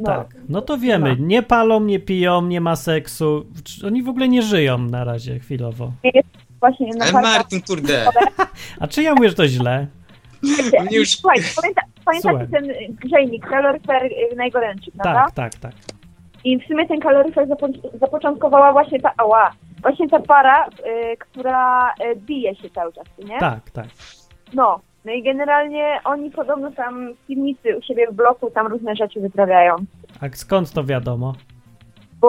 S3: No,
S1: tak. No to wiemy, nie palą, nie piją, nie ma seksu. Czy- Oni w ogóle nie żyją na razie chwilowo.
S3: właśnie na
S9: Ale
S3: parkach.
S9: Martin, kurde,
S1: A czy ja mówię, że to źle?
S9: mnie już
S3: Słuchaj, pamięta, pamiętacie
S1: Słuchaj.
S3: ten y, grzejnik, kaloryfer y, najgorętszy, prawda?
S1: Tak, tak, tak.
S3: I w sumie ten kaloryfer zapo zapoczątkowała właśnie ta, ała, właśnie ta para, y, która y, bije się cały czas, nie?
S1: Tak, tak.
S3: No, No i generalnie oni podobno tam w piwnicy u siebie w bloku tam różne rzeczy wyprawiają.
S1: A skąd to wiadomo?
S3: Bo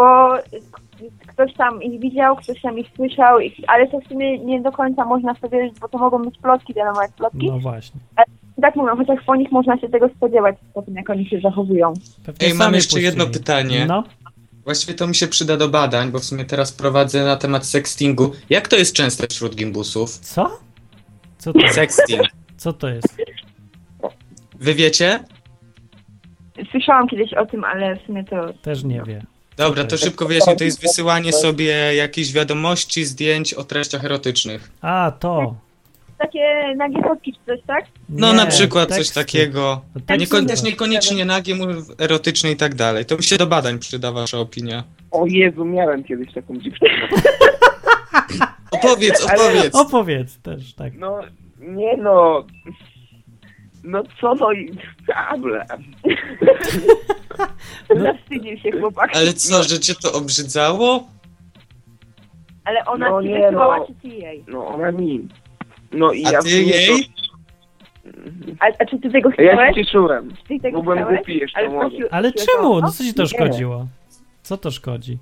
S3: k- ktoś tam ich widział, ktoś tam ich słyszał, i- ale to w sumie nie do końca można w to wierzyć, bo to mogą być plotki, wiadomo jak plotki.
S1: No właśnie.
S3: Tak mówią, chociaż po nich można się tego spodziewać, po tym jak oni się zachowują.
S1: Pewnie
S9: Ej, mam
S1: sami
S9: jeszcze jedno
S1: puścili.
S9: pytanie.
S1: No,
S9: Właściwie to mi się przyda do badań, bo w sumie teraz prowadzę na temat sextingu. Jak to jest częste wśród gimbusów?
S1: co? Co to,
S9: Sexting.
S1: co to jest?
S9: Wy wiecie?
S3: Słyszałam kiedyś o tym, ale w sumie to
S1: Też nie wie.
S9: Dobra, to szybko wyjaśnię. To jest wysyłanie sobie jakichś wiadomości, zdjęć o treściach erotycznych.
S1: A, to.
S3: takie nagie fotki czy coś, tak?
S9: No
S1: Nie,
S9: na przykład
S1: teksty.
S9: coś takiego.
S1: To
S9: A
S1: teksty.
S9: nieko- też niekoniecznie nagie, mów- erotyczne i tak dalej. To mi się do badań przyda wasza opinia.
S2: O Jezu, miałem kiedyś taką dziewczynę.
S9: Opowiedz, opowiedz!
S1: Opowiedz też, tak.
S2: No, nie no. No co no i... A, ble.
S3: Zawstydził się chłopak.
S9: Ale co, że cię to obrzydzało?
S3: Ale ona
S2: No
S3: ci
S2: nie,
S3: wysyłała,
S2: no.
S3: czy ty jej?
S2: No ona mi. No i
S9: A
S2: ja...
S9: ty
S2: w sumie
S9: jej?
S3: A, a czy ty tego
S2: To... Ja
S3: chciałeś?
S2: się cieszyłem.
S3: Ty tego
S2: Bo byłem
S3: chciałeś?
S2: głupi jeszcze
S3: Ale
S2: młody.
S3: prosił-
S1: Ale
S3: prosił
S1: czemu?
S3: o to?
S1: No co ci to
S3: Nie.
S1: szkodziło? Co to szkodzi?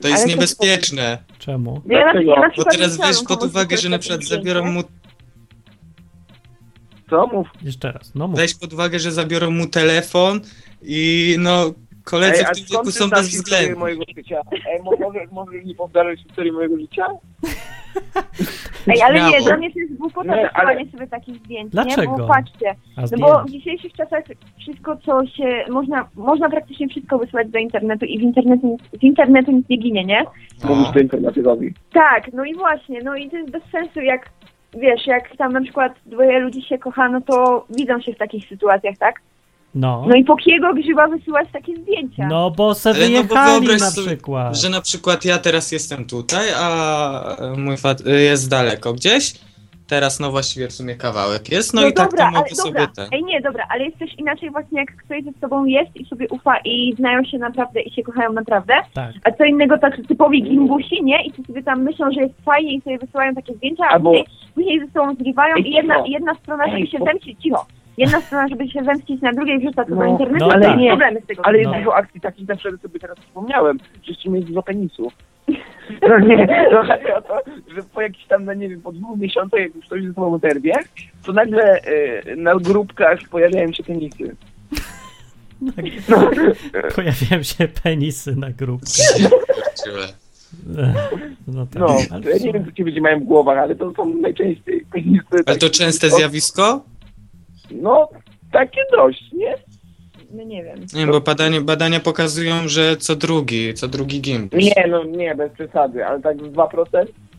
S9: To jest
S3: Ale to-
S9: niebezpieczne.
S1: Czemu?
S3: No, Ja na, ja na
S9: Bo
S3: przykład
S9: teraz
S3: nie chciałam
S9: weź pod
S3: komuś
S9: uwagę, że na
S3: wysłać
S9: przykład
S3: takie
S9: zabiorą
S3: zdjęcie.
S9: mu
S2: Co mów?
S1: Jeszcze raz, no mów.
S9: Weź pod uwagę, że zabiorą mu telefon i no koledzy
S2: Ej, a
S9: w tym wieku
S2: skąd ty
S9: są
S2: znasz historię
S9: bezwzględni.
S2: mojego życia? Ej, mo- może, może nie powtarzać historii mojego życia?
S3: Ej, ale nie,
S9: Śmiało.
S3: dla mnie to jest głupota
S2: Nie, ale-
S3: wysyłanie sobie takich zdjęć,
S1: Dlaczego?
S3: nie? Bo patrzcie,
S1: A
S3: no bo w
S1: zdjęć.
S3: dzisiejszych czasach wszystko, co się... Można, można praktycznie wszystko wysłać do internetu i w internetu, z internetu nic nie ginie, nie?
S2: Mówisz to informatyzowi.
S3: Tak, no i właśnie, no i to jest bez sensu, jak wiesz, jak tam na przykład dwoje ludzi się kocha, no to widzą się w takich sytuacjach, tak?
S1: No.
S3: No i po kiego grzyba wysyłać takie zdjęcia?
S1: No bo se
S9: Ale no bo
S1: wyjechali
S9: wyobraź
S1: na
S9: sobie,
S1: przykład.
S9: Że na przykład ja teraz jestem tutaj, a e, mój fat e, jest daleko gdzieś. Teraz no właściwie w sumie kawałek jest, no, i tak to mogę
S3: dobra,
S9: sobie
S3: <laughs>
S9: ten.
S3: ej nie, dobra, ale jest też inaczej właśnie, jak ktoś ze sobą jest i sobie ufa i znają się naprawdę i się kochają naprawdę,
S1: Tak.
S3: a co innego tak typowi gimbusi, nie? I to sobie tam myślą, że jest fajnie i sobie wysyłają takie zdjęcia, a
S2: Albo-
S3: później, później ze sobą zgrywają
S2: Ej,
S3: i jedna,
S2: cicho.
S3: jedna strona, żeby
S2: Ej,
S3: się
S2: bo-
S3: zemścić, cicho. Jedna strona, żeby się zemścić na drugiej, wrzuca to
S2: No,
S3: do internetu,
S1: no
S3: no,
S1: tak.
S3: ale nie. problemy z tego
S2: Ale jest
S1: No.
S2: dużo akcji takich, na przykład sobie teraz wspomniałem, że ci mieć dużo <laughs> penisu. No nie, no chodzi o to, że po jakichś tam, no nie wiem, po dwóch miesiącach, jak już ktoś ze sobą oderwie, to nagle e, na grupkach pojawiają się
S9: <laughs>
S2: penisy. No,
S1: Pojawiają się penisy na grupie. Ech, <laughs> No tak.
S2: no
S1: Ale
S2: to ja nie wiem, co ci ludzie mają w głowach, ale to są najczęściej penisy.
S9: Ale to
S2: takie-
S9: częste zjawisko?
S2: No, takie dość, nie?
S3: No nie wiem.
S9: Nie, bo badania, badania pokazują, że co drugi, co drugi gimbus.
S2: Nie, no nie, bez przesady, ale tak z 2%.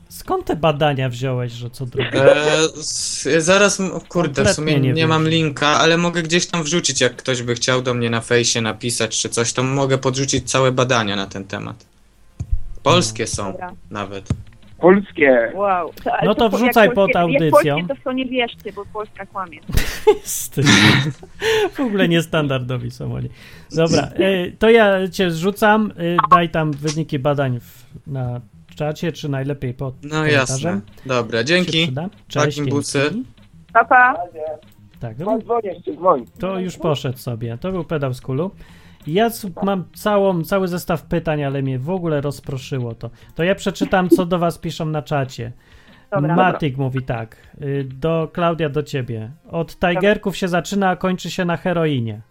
S1: Skąd te badania wziąłeś, że co
S9: <laughs>
S1: drugie?
S9: E, s- zaraz, m- o kurde, w
S1: Kompletnie
S9: sumie
S1: nie
S9: nie,
S1: wiem.
S9: mam linka, ale mogę gdzieś tam wrzucić, jak ktoś by chciał do mnie na fejsie napisać czy coś, to mogę podrzucić całe badania na ten temat. Polskie są
S3: Dobra.
S9: nawet.
S2: Polskie.
S3: Wow. To, ale
S1: No to
S3: po- jak
S1: wrzucaj
S3: polskie-
S1: pod
S3: Jak
S1: audycją.
S3: polskie, to w to nie wierzcie, bo Polska kłamie.
S1: Z tym. <laughs> W ogóle niestandardowi są oni. Dobra, y, to ja cię zrzucam. y, Daj tam wyniki badań w, na czacie, czy najlepiej pod
S9: No jasne.
S1: komentarzem.
S9: Dobra,
S1: Się
S9: dzięki.
S1: przyda. Cześć,
S9: Takim busy.
S1: dzięki.
S3: Papa.
S1: Tak, no,
S2: Dzwoń, dzwoń jeszcze, dzwoń.
S1: to już poszedł sobie. To był pedał z kulu. Ja su- mam całą, cały zestaw pytań, ale mnie w ogóle rozproszyło to. To ja przeczytam, co do was piszą na czacie.
S3: Dobra.
S1: Matik mówi tak. y, Do Klaudia, do ciebie. Od Tigerków się zaczyna, a kończy się na heroinie.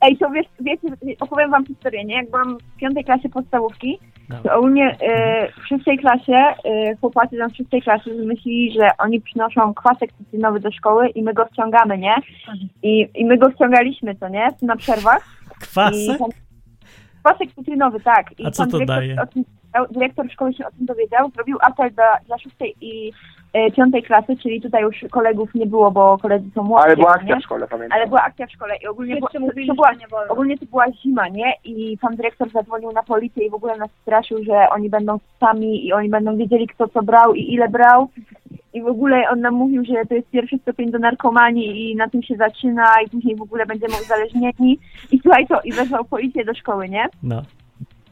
S3: Ej, to wiesz, wiecie, opowiem wam historię, nie? Jak byłam w piątej klasie podstawówki, to
S1: Dobra.
S3: ogólnie e, w szóstej klasie, e, chłopacy tam w szóstej klasie myśleli, że oni przynoszą kwasek cytrynowy do szkoły i my go wciągamy, nie? I, i my go wciągaliśmy, co nie? Na przerwach. I
S1: Kwasek?
S3: tam- Kwasek cytrynowy, tak. I
S1: A co
S3: pan
S1: to
S3: dyrektor
S1: daje?
S3: się O tym, no, dyrektor szkoły się o tym dowiedział, zrobił apel dla, dla szóstej i e, piątej klasy, czyli tutaj już kolegów nie było, bo koledzy są młodsi.
S2: Ale była
S3: nie?
S2: akcja w szkole, pamiętam.
S3: ale była akcja w szkole i ogólnie było-
S6: Wszyscy mówili,
S3: to była,
S6: że nie wolno.
S3: ogólnie to była zima, nie? I pan dyrektor zadzwonił na policję i w ogóle nas straszył, że oni będą sami i oni będą wiedzieli kto co brał i ile brał. I w ogóle on nam mówił, że to jest pierwszy stopień do narkomanii i na tym się zaczyna i później w ogóle będziemy uzależnieni. I słuchaj to, i wezwał policję do szkoły, nie?
S1: No.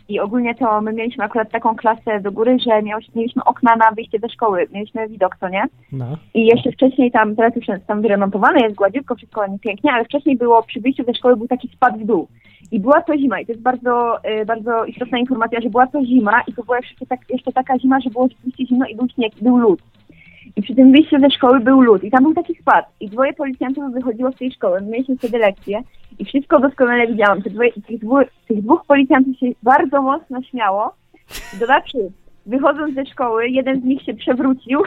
S3: I ogólnie to my mieliśmy akurat taką klasę do góry, że miałyś- mieliśmy okna na wyjście ze szkoły, mieliśmy widok, co nie?
S1: No.
S3: I jeszcze wcześniej tam, teraz już jest tam wyremontowane, jest gładziutko, wszystko ładnie, pięknie, ale wcześniej było przy wyjściu ze szkoły był taki spad w dół. I była to zima i to jest bardzo, e, bardzo istotna informacja, że była to zima i to była jeszcze, tak, jeszcze taka zima, że było rzeczywiście zimno i był śnieg, i był lód. I przy tym wyjściu ze szkoły był lód i tam był taki spad. I dwoje policjantów wychodziło z tej szkoły, My mieliśmy wtedy lekcje i wszystko doskonale widziałam. Te dwoje, tych, dwu, tych dwóch policjantów się bardzo mocno śmiało. Dodatkowo, wychodząc ze szkoły, jeden z nich się przewrócił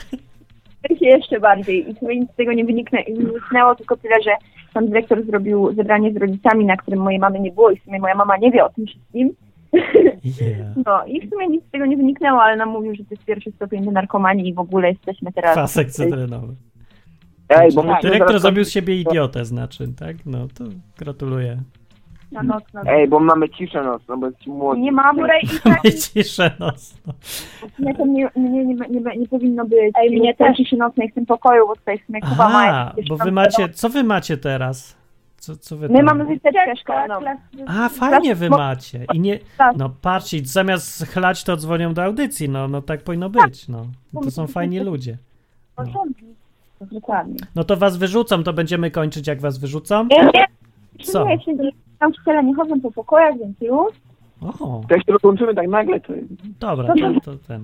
S3: Zastanawiam się jeszcze bardziej i chyba nic z tego nie wyniknę- nie wyniknęło, tylko tyle, że pan dyrektor zrobił zebranie z rodzicami, na którym mojej mamy nie było i w sumie moja mama nie wie o tym wszystkim.
S1: Yeah.
S3: No i w sumie nic z tego nie wyniknęło, ale nam mówił, że to jest pierwszy stopień do narkomanii i w ogóle jesteśmy teraz...
S1: Pasek cytrynowy.
S2: Ej, bo musimy
S1: Dyrektor
S2: zaraz
S1: zrobił z siebie idiotę, znaczy, tak? No to gratuluję.
S3: Na nocno.
S2: Ej, bo mamy ciszę nocną, bo jesteśmy młodzi.
S3: Nie mam
S2: Ej,
S3: i tak
S1: Ciszę nocno.
S3: mnie to <laughs> nie, mnie nie, nie, nie, nie powinno być.
S4: Ej, mnie
S3: Jestem
S4: też.
S3: ciszy nocnej w tym pokoju, bo tutaj w sumie Tak, Kuba ma...
S1: Aha, bo wy macie, co wy macie teraz? Co, co wy
S3: My
S1: tam-
S3: mamy wycieczkę szkolną.
S1: A, fajnie wy macie. I nie.
S3: Tak.
S1: No patrzcie, zamiast chlać, to dzwonią do audycji. No, no tak powinno być. No. To są fajni ludzie. No.
S3: Dokładnie.
S1: no to was wyrzucą, to będziemy kończyć, jak was wyrzucą.
S3: Nie, nie,
S1: Co?
S3: nie, się nauczyciele nie chodzą po pokojach, więc już.
S1: O,
S2: Tak się rozłączymy tak nagle, to jest.
S1: dobra, to, to ten.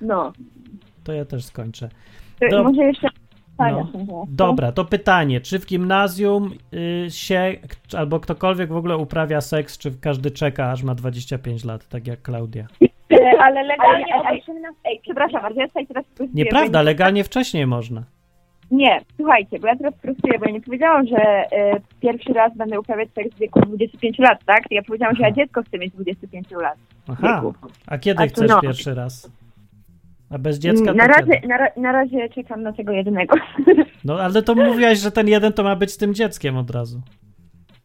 S3: No.
S1: To ja też skończę.
S3: To
S1: Dob-
S3: Może jeszcze pytania
S1: No.
S3: są.
S1: Dobra, to pytanie, czy w gimnazjum y, się, k- albo ktokolwiek w ogóle uprawia seks, czy każdy czeka, aż ma 25 lat, tak jak Klaudia?
S4: Ale legalnie
S3: Ej, ej,
S4: od
S3: ej.
S4: 18.
S3: Ej, przepraszam bardzo, ja tutaj teraz prostuję.
S1: Nieprawda,
S3: bo
S1: legalnie wcześniej można.
S3: Nie, nie, słuchajcie, bo ja teraz prostuję, bo ja nie powiedziałam, że e, pierwszy raz będę uprawiać seks w wieku 25 lat, tak? Ja powiedziałam, że ja
S1: Aha.
S3: dziecko chcę mieć 25 lat.
S1: Aha, a kiedy
S3: A to
S1: chcesz
S3: no. Mm,
S1: pierwszy raz? A bez dziecka
S3: na,
S1: to
S3: razie,
S1: kiedy?
S3: na, ra- na razie czekam na tego jednego.
S1: No ale to mówiłaś, że ten jeden to ma być z tym dzieckiem od razu.
S3: <laughs>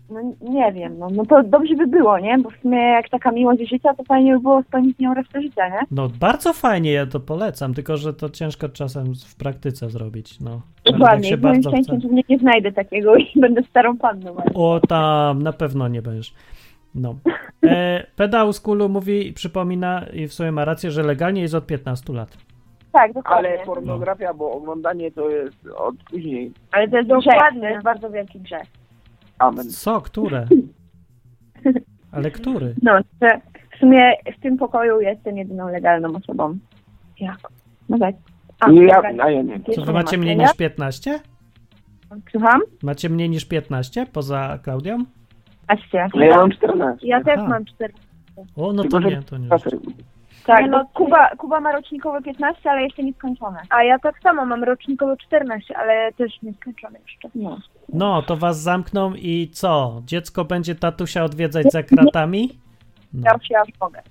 S3: No nie wiem, no, no to dobrze by było, nie? Bo w sumie jak taka miłość życia, to fajnie by było spełnić nią resztę życia, nie?
S1: No bardzo fajnie, ja to polecam, tylko że to ciężko czasem z- w praktyce zrobić, no. Jak
S3: Dokładnie,
S1: się
S3: i moim
S1: bardzo chce.
S3: szczęściem, że mnie nie znajdę takiego i <laughs> będę starą panną. ale-
S1: O tam, na pewno nie będziesz. No. E, pedał z kulu mówi, przypomina i w sumie ma rację, że legalnie jest od 15 lat.
S3: Tak, dokładnie.
S2: Ale pornografia, bo oglądanie to jest od później.
S3: Ale to jest
S4: Dokładnie.
S3: grzech, to jest bardzo wielki grzech.
S2: Amen.
S1: Co? Które? Ale który?
S3: No, że w sumie w tym pokoju jestem jedyną legalną osobą. Jak? No tak. A,
S2: Nie, ja,
S3: dobra.
S2: a ja nie.
S1: Co,
S3: Jeszcze
S1: wy
S3: nie
S1: macie
S3: ma.
S1: mniej niż 15?
S3: Słucham?
S1: Macie mniej niż 15 poza Klaudią?
S3: Aście.
S2: No ja mam 14.
S4: Ja też
S1: Aha.
S4: mam 4.
S1: O, no to
S2: Tylko, że-
S1: nie, to nie.
S2: Patrz,
S3: Tak,
S4: No,
S3: bo Kuba, Kuba ma rocznikowe 15, ale jeszcze nie skończone.
S4: A ja tak samo mam rocznikowo 14, ale też nieskończone jeszcze.
S3: No.
S1: No, to was zamkną i co? Dziecko będzie tatusia odwiedzać za kratami? No,
S4: Ja już, ja już mogę.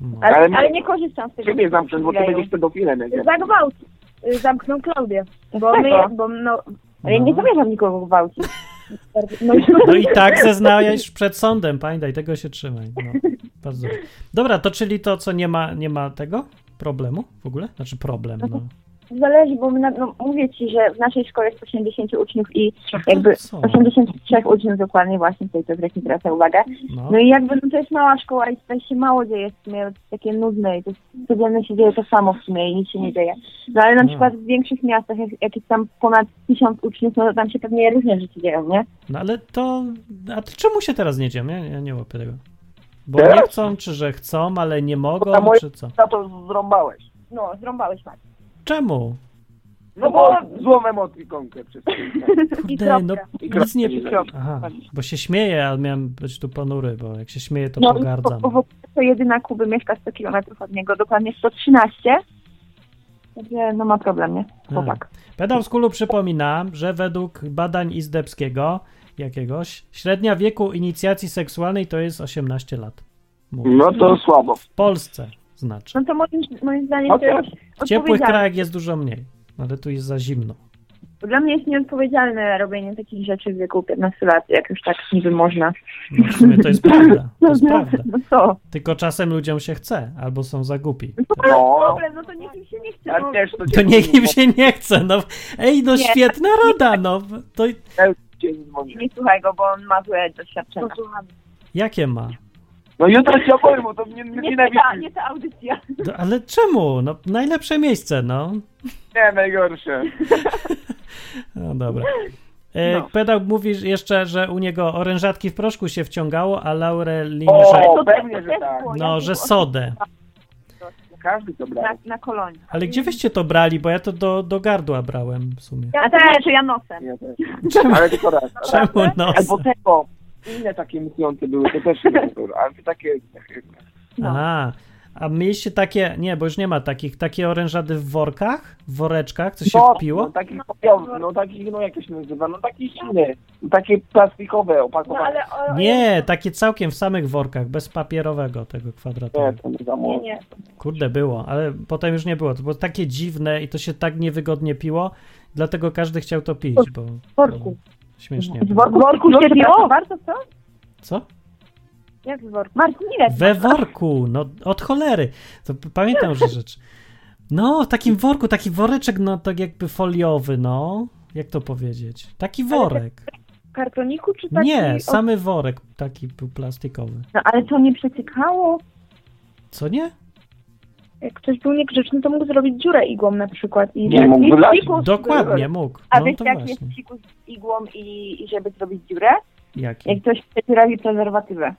S1: no.
S3: Ale,
S2: Ale-
S3: ale nie korzystam z tego.
S2: ciebie zamknę, bo ty
S3: Jeju.
S2: będziesz pedofilem. jak ja.
S4: Za gwałt y, zamknął Klaudię. Bo my,
S3: Dlaczego?
S4: bo no,
S3: Ale ja nie
S1: No.
S3: zamierzam nikogo <laughs> gwałcić.
S4: no,
S1: No i tak zeznajesz przed sądem, pamiętaj, tego się trzymaj. No, bardzo. dobrze. Dobra, to czyli to, co nie ma, nie ma tego problemu w ogóle? Znaczy problem, no.
S3: Zależy, bo my na, no, mówię ci, że w naszej szkole jest 80 uczniów i jakby
S1: Co?
S3: 83 uczniów dokładnie właśnie tutaj to zwróć mi teraz na uwagę.
S1: No.
S3: No i jakby no to jest mała szkoła i tutaj się mało dzieje w sumie, to jest takie nudne i to jest, codziennie się dzieje to samo w sumie i nic się nie dzieje. No ale na
S1: No.
S3: przykład w większych miastach, jak, jak jest tam ponad tysiąc uczniów, no to tam się pewnie różne rzeczy dzieją, nie?
S1: no ale to. A to czemu się teraz nie dzieje? Ja, ja nie łapię tego. Bo nie chcą, czy że chcą, ale nie mogą,
S2: tam moje-
S1: czy co?
S2: Za to zrąbałeś.
S3: No, zrąbałeś Maciek. <laughs>
S1: Czemu?
S2: No bo złą emotikonkę przez chwilę.
S1: Kurde, no
S2: I
S1: nic nie.
S2: kropka. I kropka.
S1: Aha, bo się śmieję, a miałem być tu ponury, bo jak się śmieję, to
S3: No i
S1: pogardzam.
S3: po- po- to jedyna Kuby mieszka 100 km od niego, dokładnie 113. Także no ma problem, nie?
S1: Tak.
S3: Chłopak.
S1: Pedał z kulu przypomina, że według badań Izdebskiego jakiegoś, średnia wieku inicjacji seksualnej to jest 18 lat. Mówi.
S2: No to słabo.
S1: W Polsce znaczy.
S3: No to moim, moim zdaniem to
S2: Chociaż
S3: jest
S1: W ciepłych
S3: odpowiedzialne.
S1: krajach jest dużo mniej, ale tu jest za zimno.
S3: Dla mnie jest nieodpowiedzialne robienie takich rzeczy w wieku 15 lat, jak już tak niby można.
S1: No, w sumie to jest prawda. To jest prawda.
S3: No co?
S1: Tylko czasem ludziom się chce, albo są za głupi.
S2: No,
S3: Problem, no to niech im się nie chce.
S2: ale
S3: No.
S2: też to
S1: To
S2: cię
S1: niech im się nie chce. No. Ej, no
S3: Nie.
S1: świetna rada, no. To
S2: cię dzwoni.
S3: No Nie słuchaj go, bo on ma złe doświadczenia.
S1: jakie ma?
S2: No jutro ci opowiem, bo to mnie
S3: Nie, ta,
S2: nienawidzi.
S3: nie ta audycja.
S1: No, ale czemu? No, najlepsze miejsce, no.
S2: Nie, najgorsze.
S1: No dobra. E,
S2: No.
S1: Pedał mówi jeszcze, że u niego orężatki w proszku się wciągało, a Laurelin, że,
S2: O,
S3: to
S2: pewnie,
S3: też-
S2: że
S3: to też
S2: tak.
S3: było.
S1: no,
S3: Ja
S1: że
S3: tu-
S1: sodę.
S2: Każdy to brał.
S3: Na, na kolonie.
S1: Ale gdzie wyście to brali? Bo ja to do, do gardła brałem w sumie.
S3: Ja też, znaczy, ja nosem.
S2: Ja też.
S1: Czemu,
S2: Ale tylko raz.
S1: czemu no?
S2: Albo tego. Inne takie myślące były, to też nie było. Ale to takie...
S1: A, a mieliście takie, nie, bo już nie ma takich, takie orężady w workach, w woreczkach, co się
S2: No, No
S1: wpiło?
S2: takich kopiowych, no takich, no jak to się nazywa, no takich innych. No, takie plastikowe,
S4: No
S2: opakowane.
S4: ale o,
S1: Nie, takie całkiem w samych workach, bez papierowego tego kwadratu.
S2: Nie, to nie za
S4: nie,
S2: mocno.
S4: nie.
S1: Kurde, było, ale potem już nie było. To było takie dziwne i to się tak niewygodnie piło, dlatego każdy chciał to pić, bo...
S4: worku.
S1: bo Śmiesznie.
S3: Z
S1: Było.
S3: worku, z worku się piło?
S4: Warto co?
S1: Co?
S4: Jak z worku?
S3: Marcinilec.
S1: We worku, no od cholery. To p- pamiętam, że rzecz. No, w takim worku, taki woreczek, no tak jakby foliowy, no. Jak to powiedzieć? Taki worek.
S4: W kartoniku czy taki?
S1: Nie,
S4: o,
S1: samy worek, taki p- plastikowy.
S3: No, ale to nie przeciekało.
S1: Co nie?
S4: Jak ktoś był niegrzeczny, to mógł zrobić dziurę igłą na przykład. I
S2: Nie mógł wylać.
S1: Dokładnie, mógł.
S3: A
S1: No
S3: wiesz,
S1: to
S3: jak jest
S1: właśnie.
S3: psikus z igłą i, i żeby zrobić dziurę?
S1: Jaki?
S3: Jak ktoś przecierawi prezerwatywę.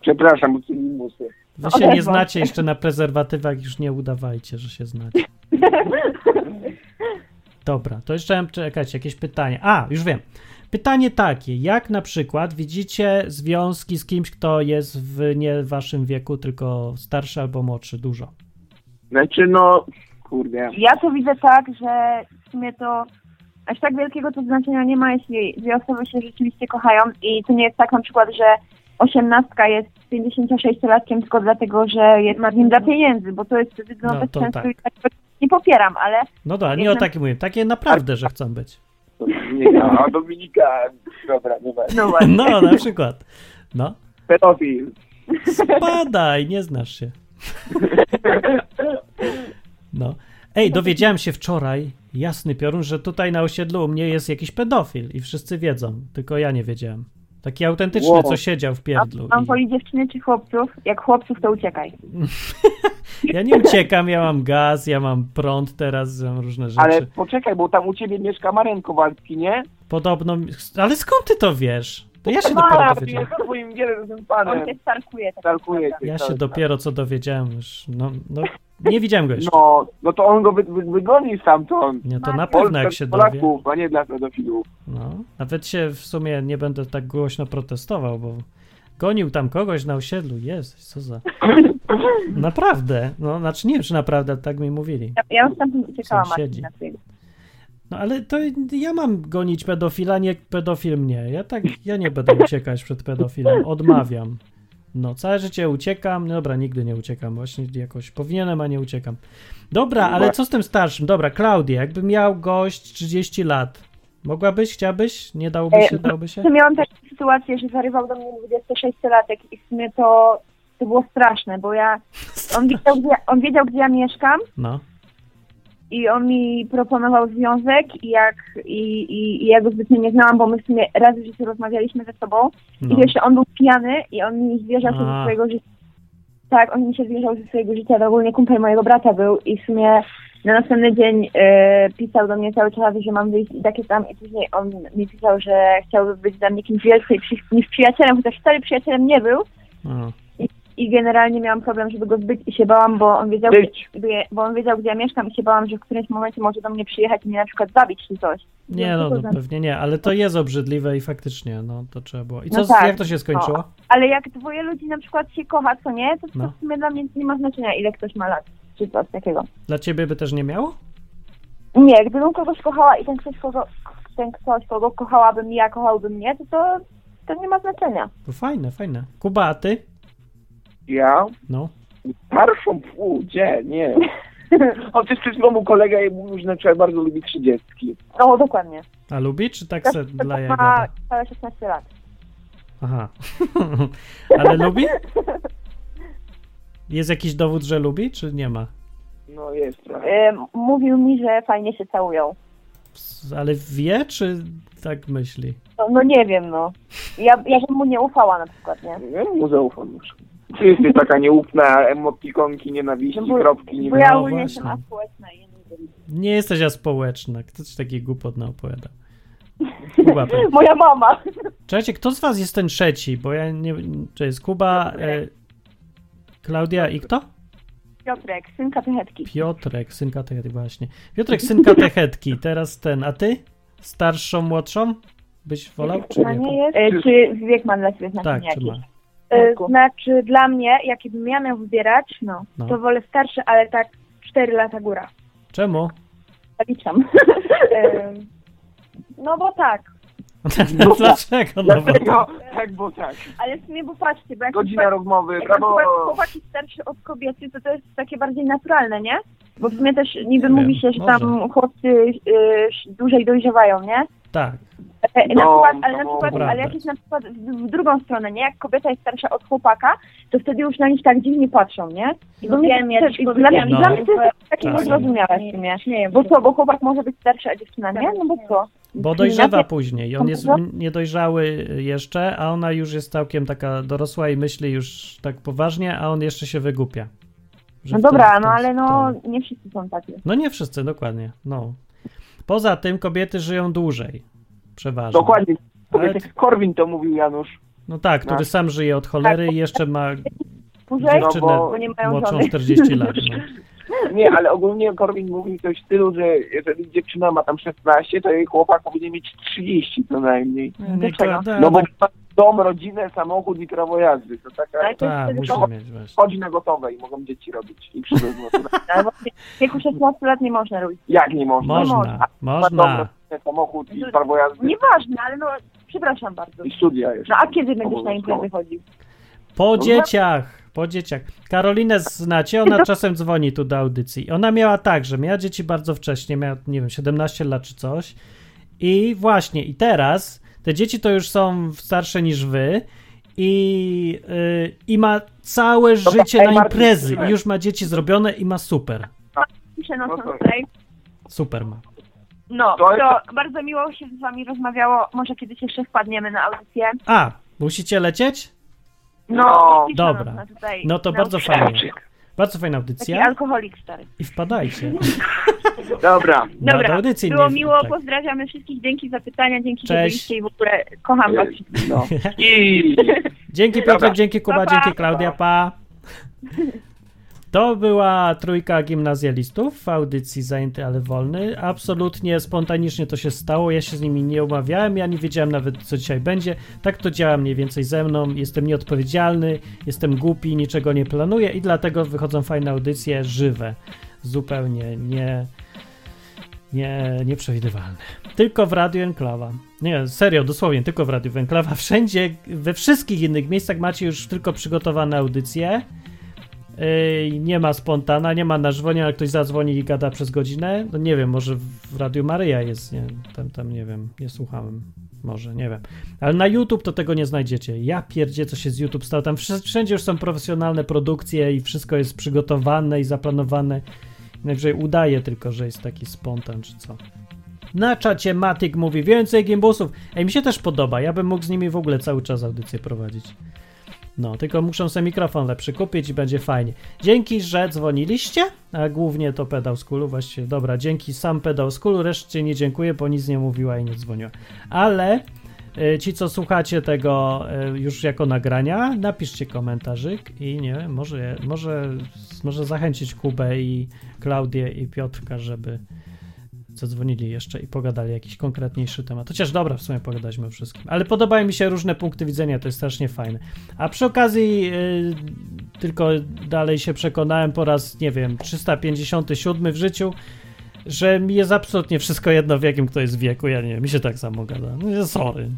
S2: Przepraszam, bo tu limusy.
S1: Wy się nie
S3: Odezwał
S1: znacie jeszcze na prezerwatywach, już nie udawajcie, że się znacie. Dobra, to jeszcze czekać jakieś pytanie. A, już wiem. Pytanie takie, jak na przykład widzicie związki z kimś, kto jest w nie waszym wieku, tylko starszy albo młodszy, dużo.
S2: Znaczy, no... Kurde.
S3: Ja to widzę tak, że w sumie to aż tak wielkiego to znaczenia nie ma, jeśli dwie osoby się rzeczywiście kochają i to nie jest tak na przykład, że osiemnastka jest 56-latkiem tylko dlatego, że jest marnym dla pieniędzy, bo to jest wtedy no,
S1: No,
S3: bez
S1: to
S3: sensu
S1: tak.
S3: i tego nie popieram, ale
S1: No dobra, nie o
S3: Jednak-
S1: takim mówię, takie naprawdę, że chcą być.
S2: To Nie, no, a Dominika... Dobra, nie wiem.
S3: no właśnie.
S1: No, na przykład. No,
S2: Pedofil.
S1: spadaj, nie znasz się. No. Ej, dowiedziałem się wczoraj, jasny piorun, że tutaj na osiedlu u mnie jest jakiś pedofil i wszyscy wiedzą, tylko ja nie wiedziałem. Taki autentyczny,
S2: Wow.
S1: co siedział w
S3: A
S1: pierdlu.
S3: mam
S1: i-
S3: woli dziewczyny czy chłopców? Jak chłopców, to uciekaj.
S1: Ja nie uciekam, ja mam gaz, ja mam prąd teraz, mam różne rzeczy.
S2: Ale poczekaj, bo tam u ciebie mieszka Marian Kowalski, nie?
S1: Podobno... Ale skąd ty to wiesz? To ja się dopiero
S2: Mara,
S1: dowiedziałem.
S2: jest twoim wielkim
S3: On
S2: panem.
S3: się starkuje. tak
S2: Stalkuję cię.
S1: Ja się
S2: tak.
S1: dopiero co dowiedziałem już. No, no, nie widziałem go jeszcze.
S2: No, no to on go wy, wy, wygoni stamtąd.
S1: Nie, to na pewno
S2: No. Polska
S1: jak się dowie.
S2: Polaków, a nie dla pedofilów.
S1: No, nawet się w sumie nie będę tak głośno protestował, bo gonił tam kogoś na osiedlu. Jest, co za. Naprawdę. No, znaczy nie wiem, czy naprawdę tak mi mówili.
S3: Ja, ja już tam uciekałam
S1: Sąsiedzi.
S3: Marcin na twojego.
S1: No ale to ja mam gonić pedofila, nie pedofil mnie. Ja tak, ja nie będę uciekać przed pedofilem. Odmawiam. No, całe życie uciekam. No dobra, nigdy nie uciekam. Właśnie jakoś powinienem, a nie uciekam. Dobra, ale co z tym starszym? Dobra, Klaudia, jakby miał gość 30 lat. Mogłabyś, chciałabyś? Nie dałoby
S3: E,
S1: się, dałoby się?
S3: To miałam taką sytuację, że zarywał do mnie 26-latek i w sumie to, to było straszne, bo ja, on wiedział, gdzie, on wiedział, gdzie ja mieszkam
S1: No.
S3: i on mi proponował związek i jak i, i, i ja go zbytnio nie znałam, bo my w sumie raz w życiu rozmawialiśmy ze sobą
S1: no.
S3: i jeszcze on był pijany i on mi zwierzał się
S1: A.
S3: ze swojego życia. Tak, on mi się zwierzał ze swojego życia, to ogólnie kumpel mojego brata był i w sumie na następny dzień e, pisał do mnie cały czas, że mam wyjść i takie tam i później on mi pisał, że chciałby być dla mnie kimś więcej przy- niż przyjacielem, chociaż wcale przyjacielem nie był
S1: A,
S3: i generalnie miałam problem, żeby go zbyć i się bałam, bo on wiedział,
S2: Być.
S3: gdzie, bo on wiedział, gdzie ja mieszkam i się bałam, że w którymś momencie może do mnie przyjechać i mnie na przykład zabić czy coś.
S1: Nie, no, no pewnie nie, ale to jest obrzydliwe i faktycznie, no to trzeba było. I co,
S3: No
S1: z-
S3: tak,
S1: jak to się skończyło?
S3: Ale jak dwoje ludzi na przykład się kocha, co nie, to, to
S1: No.
S3: w sumie dla mnie nie ma znaczenia, ile ktoś ma lat czy coś takiego.
S1: Dla ciebie by też nie miało?
S3: Nie, gdybym kogoś kochała i ten ktoś, kogo, ten ktoś, kogo kochałabym ja, kochałby mnie, to, to to nie ma znaczenia.
S1: To No, fajne, fajne. Kuba, a ty?
S2: Ja?
S1: No.
S2: Starszą pół, gdzie? <laughs> Nie. Chociaż przed chwilą mu kolega jej mówił, że na przykład bardzo lubi trzydziestki.
S3: No, dokładnie.
S1: A lubi, czy tak
S3: Ktoś,
S1: se
S3: kto
S1: dla
S3: ma
S1: jajka?
S3: całe 16 lat.
S1: Aha. <laughs> ale lubi? Jest jakiś dowód, że lubi, czy nie ma?
S2: No jest trochę.
S3: Ym, mówił mi, że fajnie się całują.
S1: Ale wie, czy tak myśli?
S3: No, no nie wiem, no. Ja, ja bym mu nie ufała na przykład, nie?
S2: Nie mu zaufam już. Ty jesteś taka nieufna, emotikonki nienawiści, kropki
S3: Bo ja
S1: No
S3: ogólnie
S1: właśnie.
S3: jestem aspołeczna i ja nie wiem.
S1: Nie jesteś aspołeczna. Ktoś taki głupot naopowiadał. Kuba pewnie.
S3: Moja mama.
S1: Czekajcie, kto z was jest ten trzeci? Bo ja nie... Czy jest Kuba, e, Klaudia i kto?
S3: Piotrek, syn katechetki.
S1: Piotrek, syn katechetki, właśnie. Piotrek, syn katechetki, teraz ten. A ty? Starszą, młodszą? Byś wolał, czy
S4: Pytanie
S1: nie?
S4: jest,
S3: E, czy wiek ma dla ciebie
S1: Tak,
S3: znaczenie
S1: czy
S3: jakiś?
S1: ma?
S4: e,
S3: Marku?
S4: znaczy dla mnie, jakbym ja miał wybierać, no,
S1: No.
S4: to wolę starszy, ale tak 4 lata góra.
S1: Czemu? <laughs>
S3: Zaliczam.
S4: E, no bo tak.
S2: <laughs>
S1: Dlaczego? No, bo...
S2: Dlatego, tak bo tak.
S4: Ale w sumie, bo patrzcie, bo jak
S2: Godzina rozmowy,
S4: Jak
S2: brawo!
S4: akurat chłopak jest starszy od kobiety, to to jest takie bardziej naturalne, nie? Bo w sumie też niby
S1: Nie
S4: mówi
S1: wiem,
S4: się, że
S1: może.
S4: tam chłopcy y, y, dłużej dojrzewają, nie?
S1: Tak,
S4: E, na
S2: No,
S4: przykład, ale na
S2: no,
S4: przykład,
S1: prawda.
S4: ale jak jest na przykład w, w drugą stronę, nie? Jak kobieta jest starsza od chłopaka, to wtedy już na nich tak dziwnie patrzą, nie? I
S3: No
S4: bo mnie
S3: wiem, ja
S4: to-
S3: też
S4: i dla,
S3: powiedziałam,
S1: no.
S4: dla mnie to jest takie
S1: Tak.
S4: niezrozumiałe w sumie.
S3: Śmieję
S4: Bo co, bo chłopak może być starszy, a dziewczyna nie? No bo co?
S1: bo dojrzewa później. On
S4: No.
S1: jest niedojrzały jeszcze, a ona już jest całkiem taka dorosła i myśli już tak poważnie, a on jeszcze się wygłupia. Że
S4: No
S1: w ten- w
S4: dobra,
S1: ten-
S4: no ale no
S1: w ten-
S4: nie wszyscy są takie.
S1: No nie wszyscy, dokładnie. No. Poza tym kobiety żyją dłużej. Przeważnie.
S2: Dokładnie.
S1: Ale,
S2: Korwin to mówił Janusz.
S1: no tak, który
S2: Tak.
S1: sam żyje od cholery i jeszcze ma
S4: Później,
S2: No
S1: dziewczynę
S2: bo
S4: nie mają
S1: młodszą
S4: żony.
S1: 40
S2: <laughs>
S1: lat. No.
S2: Nie, ale ogólnie Korwin mówił coś w stylu, że jeżeli dziewczyna ma tam 16, to jej chłopak powinien mieć 30 co najmniej.
S1: Nie, nie,
S2: Dlaczego?
S1: tak,
S2: No bo
S1: tak.
S2: ma dom, rodzinę, samochód i prawo jazdy. To taka...
S3: Ale
S1: <laughs>
S3: to
S1: Tak,
S3: jest
S1: musi
S2: tylko-
S1: mieć właśnie.
S2: Chodzi na gotowe i mogą dzieci robić. I przywiozło.
S3: Ale bo w
S1: Tak.
S3: wieku 16 lat nie można robić.
S2: Jak nie można? No,
S1: Można,
S2: Ma dom,
S1: można.
S2: rodzinę, samochód i prawo jazdy
S3: Nieważne, ale no, przepraszam bardzo.
S2: i studia jeszcze.
S3: No a kiedy będziesz na imprezę chodził?
S1: Po dzieciach, po dzieciach. Karolinę znacie, ona czasem dzwoni tu do audycji. Ona miała tak, że miała dzieci bardzo wcześnie, miała, nie wiem, 17 lat czy coś. I właśnie, i teraz te dzieci to już są starsze niż wy i, yy, i ma całe życie na
S2: najbardziej
S1: imprezy.
S2: super.
S1: I już ma dzieci zrobione i ma super.
S3: Piszę nocą
S2: No to-
S3: tutaj.
S1: Super ma.
S3: No,
S2: To jest-
S3: to bardzo miło się z wami rozmawiało. Może kiedyś jeszcze wpadniemy na audycję.
S1: A, musicie lecieć?
S2: No,
S3: Piszę
S1: dobra.
S3: nocna Tutaj
S1: No to
S3: na
S1: bardzo
S3: audycji.
S1: fajnie. Bardzo fajna
S3: Taki
S1: audycja.
S3: alkoholik stary.
S1: I wpadajcie.
S2: dobra.
S1: No,
S3: Dobra,
S1: do audycji
S3: było
S1: nie-
S3: miło,
S1: tak.
S3: pozdrawiamy wszystkich, dzięki za pytania, dzięki, że
S1: Cześć.
S3: byliście i w ogóle kocham was.
S2: No. I...
S1: Dzięki Piotrek,
S2: Dobra.
S1: dzięki Kuba,
S3: Pa, pa.
S1: dzięki Klaudia, pa. To była trójka gimnazjalistów w audycji Zajęty, ale wolny. Absolutnie spontanicznie to się stało. Ja się z nimi nie umawiałem, ja nie wiedziałem nawet, co dzisiaj będzie. Tak to działa mniej więcej ze mną. Jestem nieodpowiedzialny, jestem głupi, niczego nie planuję i dlatego wychodzą fajne audycje żywe. Zupełnie nie, nie, nieprzewidywalne. Tylko w Radiu Enklawa. Nie, serio, dosłownie, tylko w Radiu Enklawa. Wszędzie, we wszystkich innych miejscach macie już tylko przygotowane audycje. Yy, nie ma spontana, nie ma na żywo, nie ma jak ktoś zadzwoni i gada przez godzinę. No nie wiem, może w Radiu Maryja jest, nie, tam, tam nie wiem, nie słuchałem. Może, nie wiem. Ale na YouTube to tego nie znajdziecie. Ja pierdzie, co się z YouTube stało. Tam wsz- wszędzie już są profesjonalne produkcje i wszystko jest przygotowane i zaplanowane. Najwyżej udaje tylko, że jest taki spontan czy co. Na czacie Matik mówi więcej gimbusów. Ej, mi się też podoba. Ja bym mógł z nimi w ogóle cały czas audycję prowadzić. No, tylko muszę sobie mikrofon lepszy kupić i będzie fajnie. Dzięki, że dzwoniliście, a głównie to pedał z kulu, właściwie, dobra, dzięki sam pedał z kulu, reszcie nie dziękuję, bo nic nie mówiła i nie dzwoniła. Ale y, ci, co słuchacie tego y, już jako nagrania, napiszcie komentarzyk i nie wiem, może, może, może zachęcić Kubę i Klaudię i Piotrka, żeby zadzwonili jeszcze i pogadali jakiś konkretniejszy temat. Chociaż dobra, w sumie pogadaliśmy o wszystkim. Ale podobają mi się różne punkty widzenia, to jest strasznie fajne. A przy okazji yy, tylko dalej się przekonałem po raz, nie wiem, 357 w życiu, że mi jest absolutnie wszystko jedno w jakim kto jest wieku, ja nie, mi się tak samo gada. No, sorry.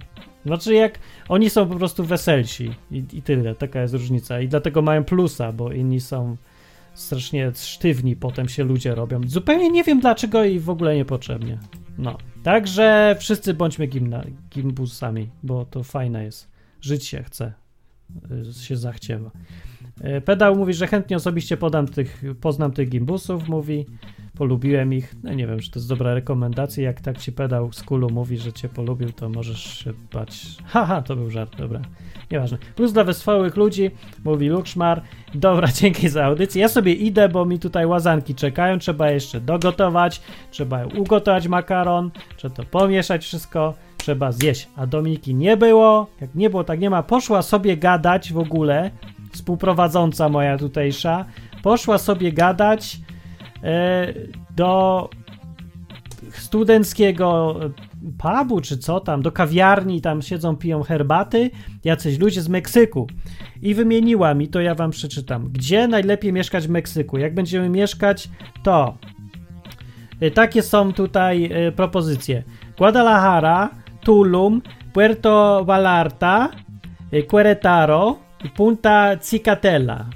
S1: Znaczy jak oni są po prostu weselsi i, i tyle, taka jest różnica i dlatego mają plusa, bo inni są strasznie sztywni potem się ludzie robią. Zupełnie nie wiem dlaczego i w ogóle niepotrzebnie. No. Także wszyscy bądźmy gimna, gimbusami, bo to fajne jest. Żyć się chce. y, Się zachciewa. Y, Pedał mówi, że chętnie osobiście podam tych, poznam tych gimbusów, mówi. polubiłem ich. No nie wiem, czy to jest dobra rekomendacja. Jak tak ci pedał z kulu mówi, że cię polubił, to możesz się bać. Haha, to był żart, dobra. Nieważne. Plus dla wysłałych ludzi, mówi Lukszmar. Dobra, <laughs> dzięki za audycję. Ja sobie idę, bo mi tutaj łazanki czekają. Trzeba jeszcze dogotować, trzeba ugotować makaron, trzeba to pomieszać wszystko, trzeba zjeść. A Dominiki nie było. Jak nie było, tak nie ma. Poszła sobie gadać w ogóle, współprowadząca moja tutejsza. Poszła sobie gadać e, do studenckiego e, pubu, czy co tam, do kawiarni, tam siedzą, piją herbaty, jacyś ludzie z Meksyku. I wymieniła mi, to ja wam przeczytam, gdzie najlepiej mieszkać w Meksyku. Jak będziemy mieszkać, to y, takie są tutaj y, propozycje. Guadalajara, Tulum, Puerto Vallarta, y, Querétaro i Punta Cicatela.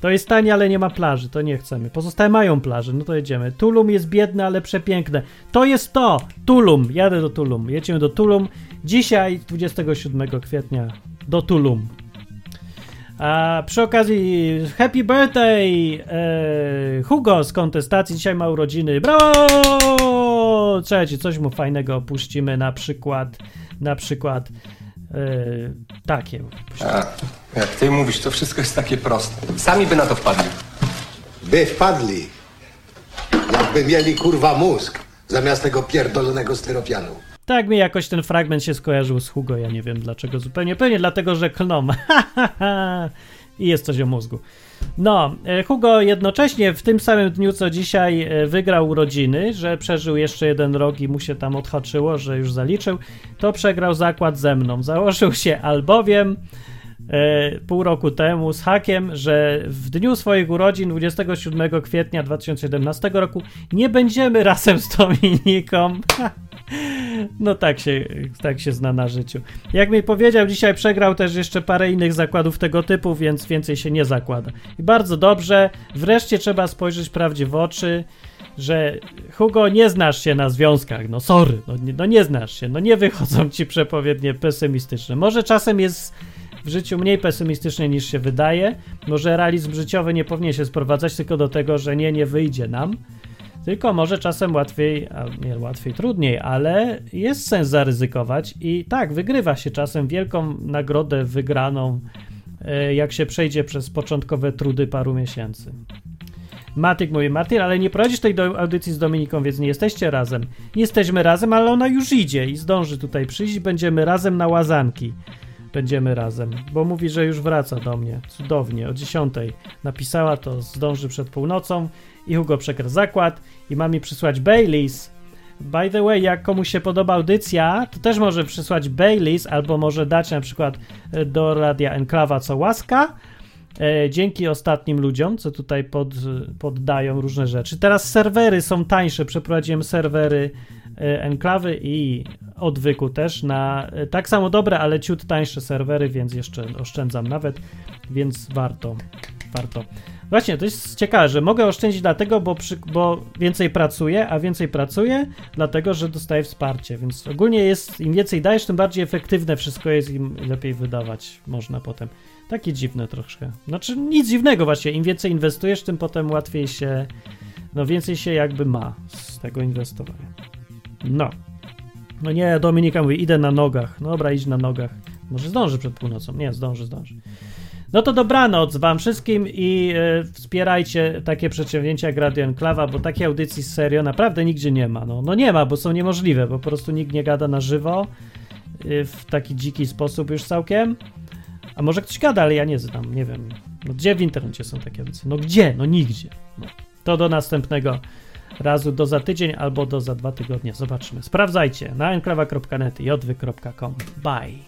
S1: To jest tanie, ale nie ma plaży, to nie chcemy. Pozostałe mają plaże, no to jedziemy. Tulum jest biedne, ale przepiękne. To jest to! Tulum! Jadę do Tulum. Jedziemy do Tulum. Dzisiaj, 27 kwietnia, do Tulum. A przy okazji, happy birthday! E, Hugo z kontestacji, dzisiaj ma urodziny. Brawo! Trzeci, coś mu fajnego puścimy, na przykład, na przykład e, takie.
S10: A, Tak. jak ty mówisz, to wszystko jest takie proste. Sami by na to wpadli.
S11: By wpadli, jakby mieli kurwa mózg zamiast tego pierdolonego styropianu.
S1: Tak mi jakoś ten fragment się skojarzył z Hugo, ja nie wiem dlaczego zupełnie. Pewnie dlatego, że klnom. <laughs> I jest coś o mózgu. No, e, Hugo jednocześnie w tym samym dniu co dzisiaj e, wygrał urodziny, że przeżył jeszcze jeden rok i mu się tam odhaczyło, że już zaliczył, to przegrał zakład ze mną. Założył się albowiem e, pół roku temu z hakiem, że w dniu swoich urodzin 27 kwietnia 2017 roku nie będziemy razem z Dominiką. <laughs> No tak się, tak się zna na życiu. Jak mi powiedział, dzisiaj przegrał też jeszcze parę innych zakładów tego typu, więc więcej się nie zakłada. I bardzo dobrze, wreszcie trzeba spojrzeć prawdzie w oczy, że Hugo, nie znasz się na związkach, no sorry, no nie, no nie znasz się, no nie wychodzą ci przepowiednie pesymistyczne. Może czasem jest w życiu mniej pesymistycznie niż się wydaje, może realizm życiowy nie powinien się sprowadzać tylko do tego, że nie, nie wyjdzie nam, tylko może czasem łatwiej, a nie łatwiej, trudniej, ale jest sens zaryzykować i tak, wygrywa się czasem wielką nagrodę wygraną, e, jak się przejdzie przez początkowe trudy paru miesięcy. Matyk mówi, Martin, ale nie prowadzisz tej do audycji z Dominiką, więc nie jesteście razem. Jesteśmy razem, ale ona już idzie i zdąży tutaj przyjść. Będziemy razem na łazanki. Będziemy razem, bo mówi, że już wraca do mnie. Cudownie, o 10.00 napisała to, zdąży przed północą i Hugo przekrę zakład i ma mi przysłać Baileys. By the way, jak komuś się podoba audycja, to też może przysłać Baileys albo może dać na przykład e, do Radia Enklawa co łaska. E, dzięki ostatnim ludziom, co tutaj pod, poddają różne rzeczy. Teraz serwery są tańsze. Przeprowadziłem serwery e, Enklawy i odwyku też na e, tak samo dobre, ale ciut tańsze serwery, więc jeszcze oszczędzam nawet, więc warto. Warto. Właśnie, to jest ciekawe, że mogę oszczędzić dlatego, bo, przy, bo więcej pracuję, a więcej pracuję, dlatego, że dostaję wsparcie. Więc ogólnie jest, im więcej dajesz, tym bardziej efektywne wszystko jest, im lepiej wydawać można potem. Takie dziwne troszkę. Znaczy nic dziwnego właśnie, im więcej inwestujesz, tym potem łatwiej się, no więcej się jakby ma z tego inwestowania. No. No nie, Dominika mówi, idę na nogach. Dobra, idź na nogach. Może zdąży przed północą. Nie, zdąży, zdąży. No to dobranoc wam wszystkim i e, wspierajcie takie przedsięwzięcia jak Radio Enklawa, bo takiej audycji serio naprawdę nigdzie nie ma. No, no nie ma, bo są niemożliwe, po prostu nikt nie gada na żywo y, w taki dziki sposób już całkiem. A może ktoś gada, ale ja nie znam, nie wiem. No gdzie w internecie są takie audycje? No gdzie? No nigdzie. No. To do następnego razu, do za tydzień albo do za dwa tygodnie. Zobaczymy. Sprawdzajcie na enklawa.net i odwy.com. Bye.